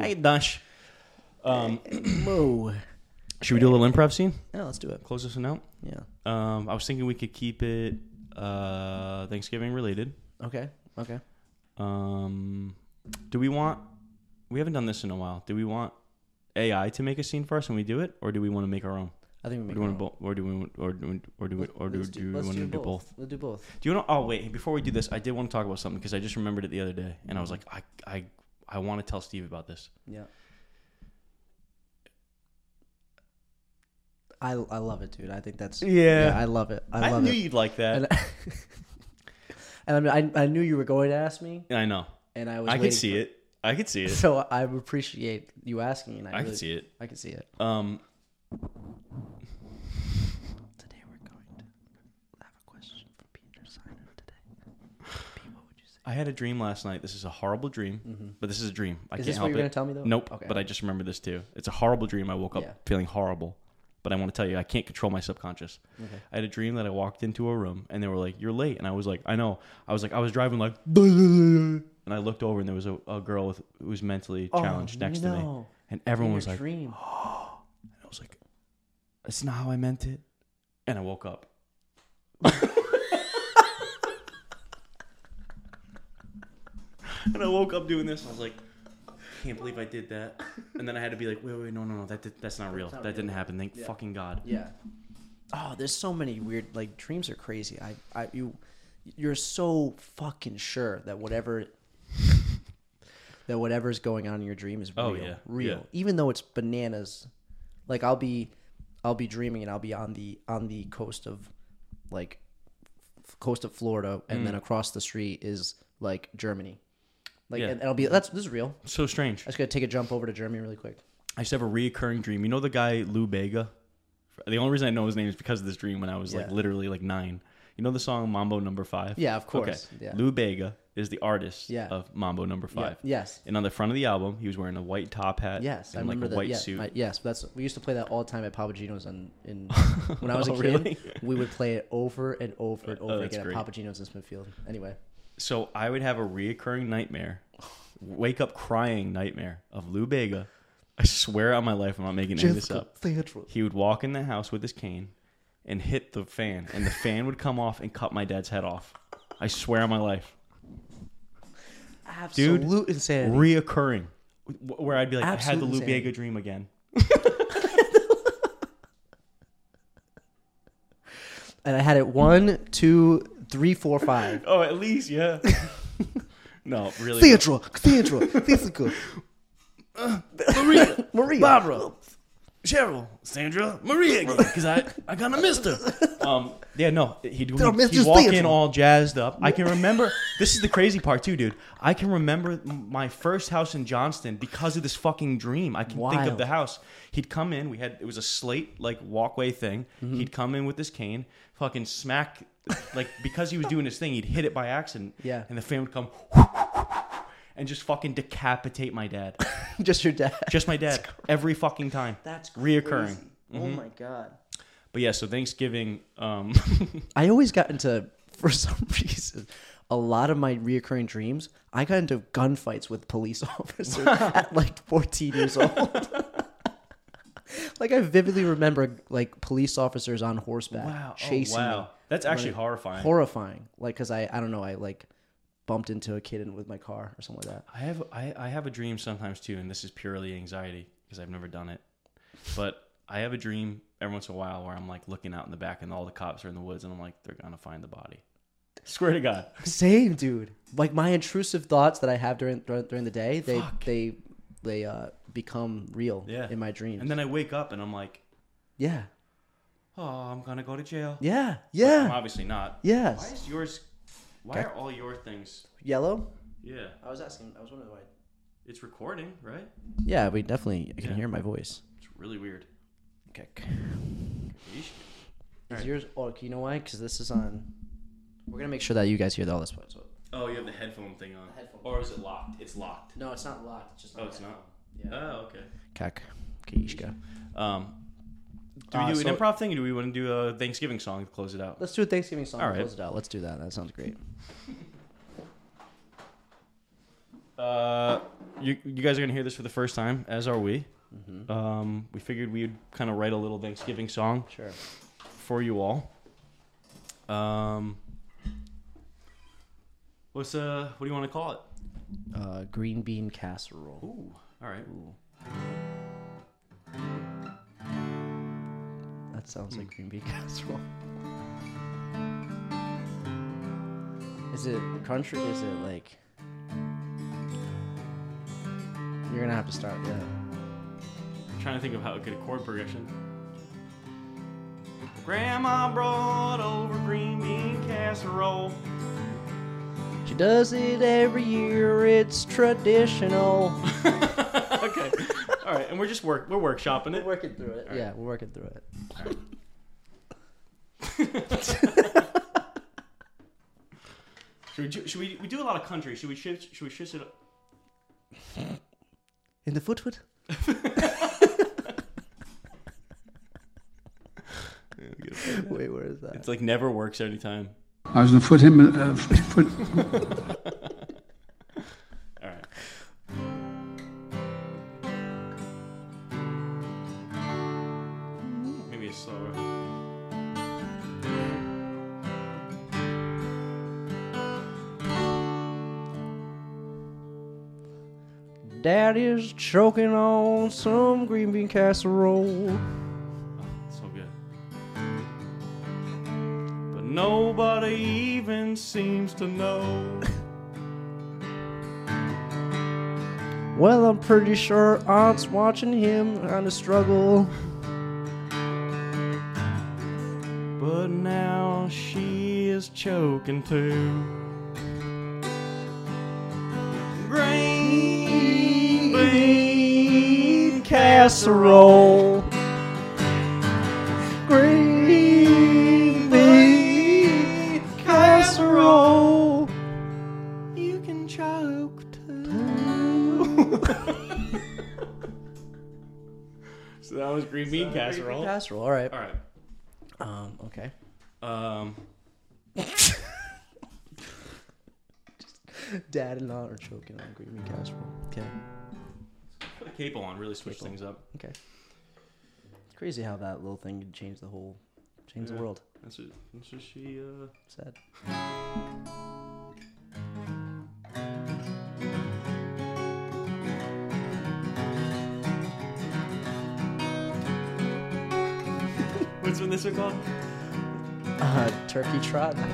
S1: hey, Dush. Um,
S2: moo
S1: should we do a little improv scene?
S2: yeah let's do it
S1: Close this one out.
S2: yeah
S1: Um, I was thinking we could keep it uh, Thanksgiving related.
S2: okay okay
S1: Um, do we want? We haven't done this in a while. Do we want AI to make a scene for us and we do it, or do we want to make our own?
S2: I think we
S1: Or
S2: make
S1: do we want
S2: our
S1: to,
S2: own.
S1: bo- or do we, or do we, or do we, or do,
S2: Let's
S1: do, we
S2: let's
S1: want to do both?
S2: Let's do both.
S1: Do you know? Oh wait, before we do this, I did want to talk about something because I just remembered it the other day, and I was like, I, I, I want to tell Steve about this.
S2: Yeah. I, I love it, dude. I think that's
S1: Yeah.
S2: I love it. I
S1: I,
S2: love
S1: knew
S2: it.
S1: you'd like
S2: and
S1: that.
S2: and I, mean, I I knew you were going to ask me,
S1: I, know.
S2: and I was.
S1: I
S2: waiting
S1: could see
S2: for-
S1: it. I could see it.
S2: So I appreciate you asking, and I,
S1: I
S2: really,
S1: could see it.
S2: I can see it.
S1: Um,
S9: Today we're going to have a question for Peter Simon today. what would you say?
S1: I had a dream last night. This is a horrible dream, but this is a dream. I
S2: Mm-hmm. Is
S1: can't
S2: this
S1: help
S2: what you're
S1: it.
S2: gonna tell me though?
S1: Nope.
S2: Okay.
S1: But I just remember this too. It's a horrible dream. I woke up
S2: Yeah.
S1: feeling horrible, but I want to tell you, I can't control my subconscious. I had a dream that I walked into a room and they were like, "You're late," and I was like, "I know." I was like, I was driving like, and I looked over and there was a, a girl with, who was mentally challenged next to me,
S2: Oh, no.
S1: and everyone
S2: Your
S1: was like,
S2: dream.
S1: I was like, "That's not how I meant it," and I woke up. and I woke up doing this. I was like, "Can't believe I did that." And then I had to be like, "Wait, wait, no, no, no, that did, that's not real. that didn't happen. Thank fucking God."
S2: Yeah. Oh, there's so many weird like dreams are crazy. I I you you're so fucking sure that whatever that whatever's going on in your dream is real.
S1: Oh, yeah.
S2: Real.
S1: Yeah.
S2: Even though it's bananas. Like I'll be I'll be dreaming and I'll be on the on the coast of like f- coast of Florida and
S1: Mm.
S2: then across the street is like Germany. Like
S1: Yeah.
S2: and, and I'll be that's this is real. I
S1: So strange.
S2: just gotta take a jump over to Germany really quick.
S1: I used to have a reoccurring dream. You know the guy Lou Bega. The only reason I know his name is because of this dream when I was like
S2: Yeah.
S1: literally like nine. You know the song Mambo Number Five?
S2: Yeah, of course. Yeah.
S1: Lou Bega is the artist
S2: Yeah.
S1: of Mambo Number Five.
S2: yes.
S1: And on the front of the album, he was wearing a white top hat.
S2: Yes, I
S1: and like
S2: remember
S1: a
S2: that.
S1: white
S2: yeah,
S1: suit.
S2: my- yes, that's we used to play that all the time at Papa Gino's and in when I was a
S1: Oh,
S2: kid.
S1: really? Oh,
S2: We would play it over and over and over
S1: that's
S2: again
S1: great.
S2: at Papa Gino's in Smithfield. Anyway,
S1: So I would have a reoccurring nightmare, wake up crying nightmare of Lou Bega. I swear on my life, I'm not making any of this up. He would walk in the house with his cane and hit the fan, and the fan would come off and cut my dad's head off. I swear on my life.
S2: absolute insanity.
S1: Reoccurring. Wh- Where I'd be like, I had the
S2: Absolute
S1: Lou
S2: insanity.
S1: Bega dream again.
S2: and I had it one, two, three, four, five.
S1: Oh, at least, yeah. no, really.
S2: Theodore, Theodore, Theodore,
S1: Maria,
S2: Maria,
S1: Cheryl, Sandra, Maria again, because I, I kind of missed her. Um, yeah, no, he'd, he'd,
S2: Mr.
S1: he'd walk in
S2: Theodore.
S1: all jazzed up. I can remember, this is the crazy part too, dude. I can remember my first house in Johnston because of this fucking dream. I can think of
S2: Wild.
S1: the house. He'd come in, we had, it was a slate, like, walkway thing.
S2: Mm-hmm.
S1: He'd come in with his cane, fucking smack, like, because he was doing his thing, he'd hit it by accident.
S2: Yeah.
S1: And the fan would come and just fucking decapitate my dad.
S2: just your dad.
S1: Just my dad every fucking time.
S2: That's
S1: reoccurring. Mm-hmm.
S2: Oh my god.
S1: But yeah, so Thanksgiving. Um,
S2: I always got into, for some reason, a lot of my reoccurring dreams. I got into gunfights with police officers at like 14 years old. like I vividly remember like police officers on horseback
S1: Oh,
S2: chasing me.
S1: that's actually
S2: Like,
S1: horrifying.
S2: Horrifying. Like because I I don't know I like bumped into a kid in, with my car or something like that.
S1: I have I, I have a dream sometimes too, and this is purely anxiety because I've never done it. But I have a dream every once in a while where I'm like looking out in the back and all the cops are in the woods, and I'm like, they're gonna find the body. Swear to God.
S2: Same dude. Like my intrusive thoughts that I have during during, during the day they they they uh become real
S1: Yeah.
S2: in my dreams.
S1: And then I wake up and I'm like,
S2: yeah.
S1: oh, I'm gonna go to jail.
S2: Yeah.
S1: But
S2: Yeah.
S1: I'm obviously not.
S2: Yes.
S1: Why is yours? Why are all your things?
S2: Yellow?
S1: Yeah,
S2: I was asking. I was wondering why.
S1: it's recording, right?
S2: Yeah, we definitely can
S1: Yeah.
S2: hear my voice.
S1: It's really weird.
S2: Okay.
S1: Yeesh.
S2: Is yours? Oh, you know why? Because this is on. We're gonna make sure that you guys hear all this. Part, so.
S1: Oh, you have the headphone thing on.
S2: headphone.
S1: Or is it locked? It's locked.
S2: No, it's not locked. It's just.
S1: Oh, it's not. Oh, okay.
S2: Kak. Kishka.
S1: Um, do we
S2: Uh,
S1: do
S2: so-
S1: an improv thing, or do we want to do a Thanksgiving song to close it out?
S2: Let's do a Thanksgiving song.
S1: All
S2: All
S1: right.
S2: right. Close it out. Let's do that. That sounds great.
S1: Uh, you you guys are gonna hear this for the first time, as are we. Um, we figured we'd kind of write a little Thanksgiving song
S2: Sure.
S1: for you all. Um, what's uh, what do you want to call it?
S2: Uh, green bean casserole.
S1: Ooh, all right.
S2: That sounds like green bean casserole. Is it country? Is it like? You're gonna have to start. Yeah.
S1: I'm trying to think of how a good chord progression. Grandma brought over green bean casserole.
S2: She does it every year. It's traditional.
S1: okay. All right, and we're just work we're workshopping it.
S2: working through it. Yeah, we're working through it.
S1: Should we do, should we, we do a lot of country? Should we shift should we shift it up?
S2: In the footwood. Wait, where is that?
S1: It's like never works any time.
S6: I was gonna foot him, uh, foot,
S1: All right. Maybe it's slower.
S2: Daddy's choking on some green bean casserole.
S1: So good. But nobody even seems to know.
S2: Well, I'm pretty sure Aunt's watching him kind of struggle.
S1: But now she is choking too. Green bean casserole.
S2: Green bean
S1: So that was green bean casserole.
S2: Casserole. All right.
S1: All right.
S2: Um, okay.
S1: Um,
S2: Dad and aunt are choking on green bean casserole. Okay.
S1: put a capo on. Really switch things up.
S2: Okay. It's crazy how that little thing could change the whole, change the world.
S1: That's what, that's what she. Uh,
S2: Sad.
S1: what's when this one called?
S2: Uh, turkey trot.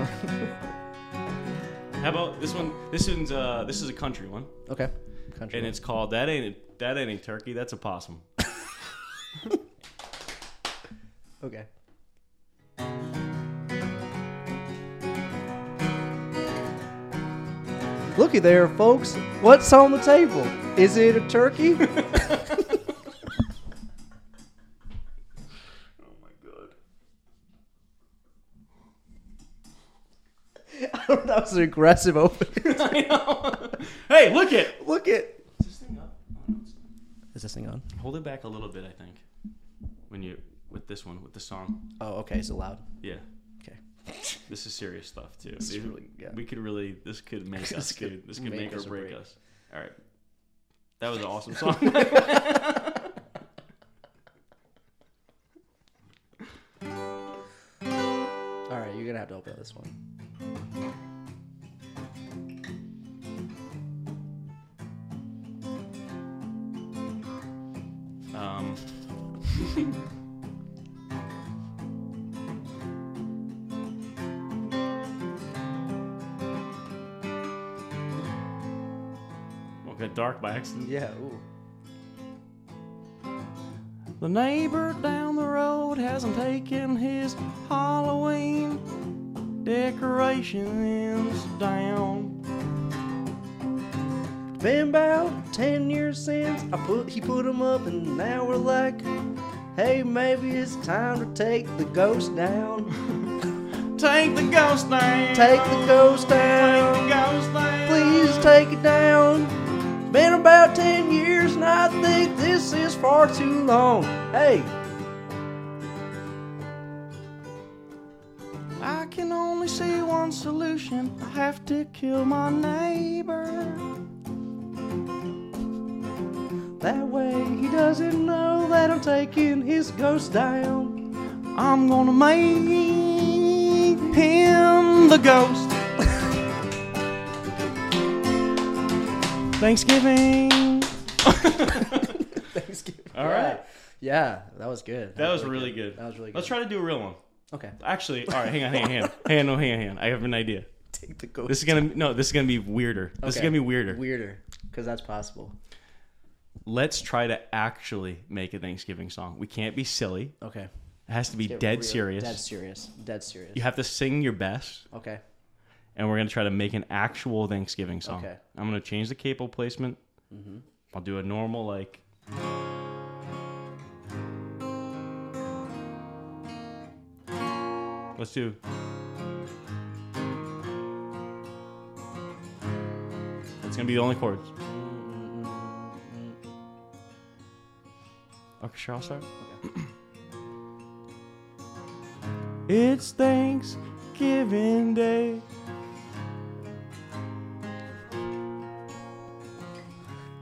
S1: How about this one? This one's uh, this is a country one,
S2: okay. Country.
S1: and
S2: road.
S1: it's called that ain't a, that ain't a turkey. That's a possum.
S2: okay. Looky there, folks. What's on the table? Is it a turkey?
S1: Oh my god.
S2: that was an aggressive opening.
S1: I know. hey, look it.
S2: Look at.
S1: Is this thing up? Oh, no, it's not.
S2: Is this thing on?
S1: Hold it back a little bit, I think. When you with this one with the song,
S2: Oh, okay. Is it loud?
S1: yeah.
S2: Okay.
S1: This is serious stuff too.
S2: is
S1: Dude,
S2: really- yeah.
S1: We could really. This could make us.
S2: could
S1: Dude. This could
S2: make
S1: make,
S2: us
S1: or
S2: or
S1: break,
S2: break.
S1: us. All right. That was an awesome song.
S2: All right, you're gonna have to open this one.
S1: um. Well, got dark by accident.
S2: Yeah. Ooh.
S1: The neighbor down the road hasn't taken his Halloween decorations down.
S2: Been about ten years since I put he put him up, and now we're like, hey, maybe it's time to take the ghost down.
S1: Take the ghost down.
S2: Take the ghost down.
S1: ghost down.
S2: Please take it down. Been about ten years, and I think this is far too long. Hey,
S1: I can only see one solution. I have to kill my neighbor.
S2: that way he doesn't know that I'm taking his ghost down.
S1: I'm gonna make him the ghost. Thanksgiving. All right.
S2: Yeah, that was good.
S1: That was really good.
S2: That was really good.
S1: Let's try to do a real one.
S2: Okay.
S1: Actually, all right, hang on, hang on, hang on, hang on, no, hang on, hang on. I have an idea.
S2: Take the ghost.
S1: This is gonna no, this is gonna be weirder. This is
S2: Okay.
S1: gonna be weirder.
S2: weirder because that's possible.
S1: Let's try to actually make a Thanksgiving song. We can't be silly.
S2: Okay.
S1: It has to be
S2: Get
S1: dead
S2: real-
S1: serious.
S2: Dead serious. Dead serious.
S1: You have to sing your best,
S2: Okay.
S1: and we're gonna try to make an actual Thanksgiving song.
S2: Okay.
S1: I'm gonna change the capo placement. I'll do a normal like. Let's do. It's gonna be the only chords. Okay, sure, I'll start. it's Thanksgiving Day.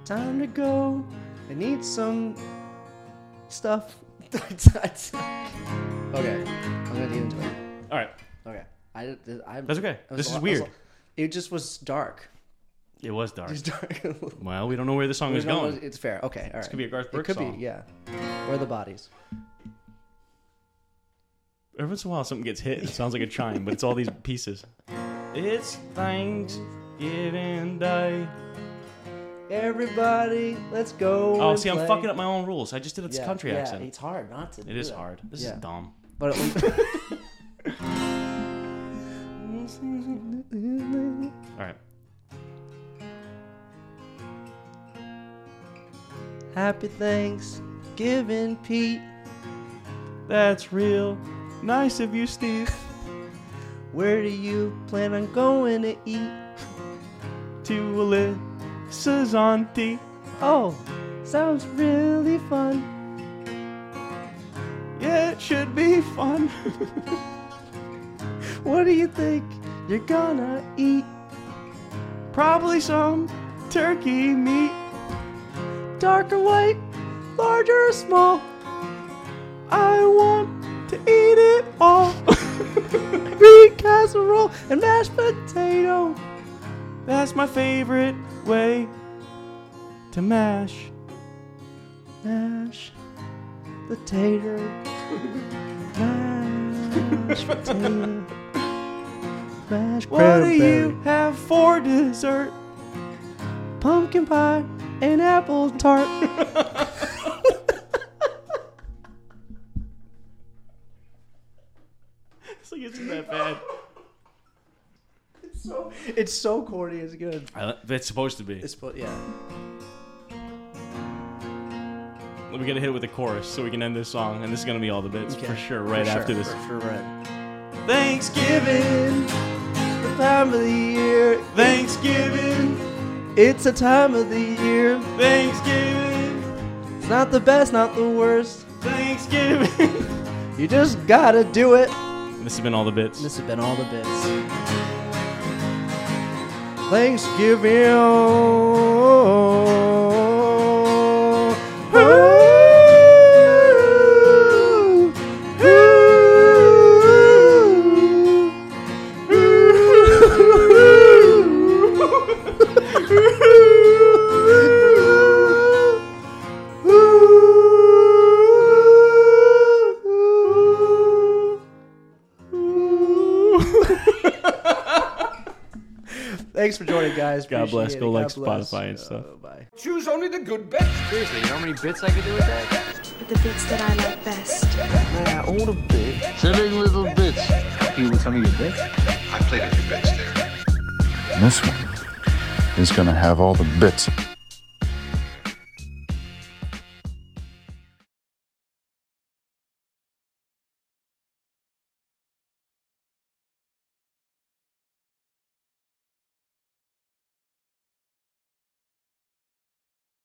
S2: Time to go and eat some stuff. okay. I'm gonna get into it.
S1: All right,
S2: Okay. I, did- th- I,
S1: that's okay.
S2: I was
S1: This is
S2: a lot- I was a
S1: weird.
S2: lot- It just was dark.
S1: It was dark.
S2: It was dark.
S1: Well, we don't know where the song is going.
S2: It's fair. Okay. All right. This
S1: could be a Garth
S2: It
S1: Brooks
S2: could
S1: song.
S2: be. Yeah. Where are the bodies?
S1: Every once in a while, something gets hit. It sounds like a chime, but it's all these pieces. It's Thanksgiving Day.
S2: Everybody, let's go.
S1: Oh,
S2: and
S1: see, I'm
S2: play.
S1: fucking up my own rules. I just did a
S2: Yeah,
S1: country
S2: yeah,
S1: accent.
S2: It's hard not to.
S1: It is hard. This
S2: Yeah.
S1: is dumb.
S2: But
S1: All right.
S2: happy Thanksgiving, Pete.
S1: That's real nice of you, Steve,
S2: Where do you plan on going to eat?
S1: to Alyssa's auntie.
S2: Oh, sounds really fun.
S7: That should be fun. what do you think you're gonna eat? Probably some turkey meat. Dark or white, large or small. I want to eat it all. Green casserole and mashed potato. That's my favorite way to mash. Mash the tater. Mash potato. Mash What do you have for dessert? Pumpkin pie and apple tart.
S1: It's like it's that bad.
S2: It's so corny. It's good.
S1: I, that's supposed to be.
S2: It's fu- yeah.
S1: We gotta hit it with a chorus so we can end this song, and this is gonna be all the bits for
S2: Okay.
S1: sure. Right
S2: For sure,
S1: after this,
S2: for sure, right.
S7: Thanksgiving, the time of the year. Thanksgiving,
S2: It's a time of the year.
S7: Thanksgiving,
S2: It's not the best, not the worst.
S7: Thanksgiving.
S2: You just gotta do it.
S1: this has been all the bits.
S2: This has been all the bits. Thanksgiving. Thanks for joining, guys.
S1: God bless.
S2: Appreciate
S1: Go
S2: it.
S1: like
S2: God bless.
S1: Spotify and stuff.
S2: Uh, bye.
S3: Choose only the good bits. Seriously, you know how many bits I could do with that?
S8: The bits that I like best.
S3: Yeah, all the bits. Seven little bits. You were coming your bits?
S5: I played a few bits there.
S6: And this one is gonna have all the bits.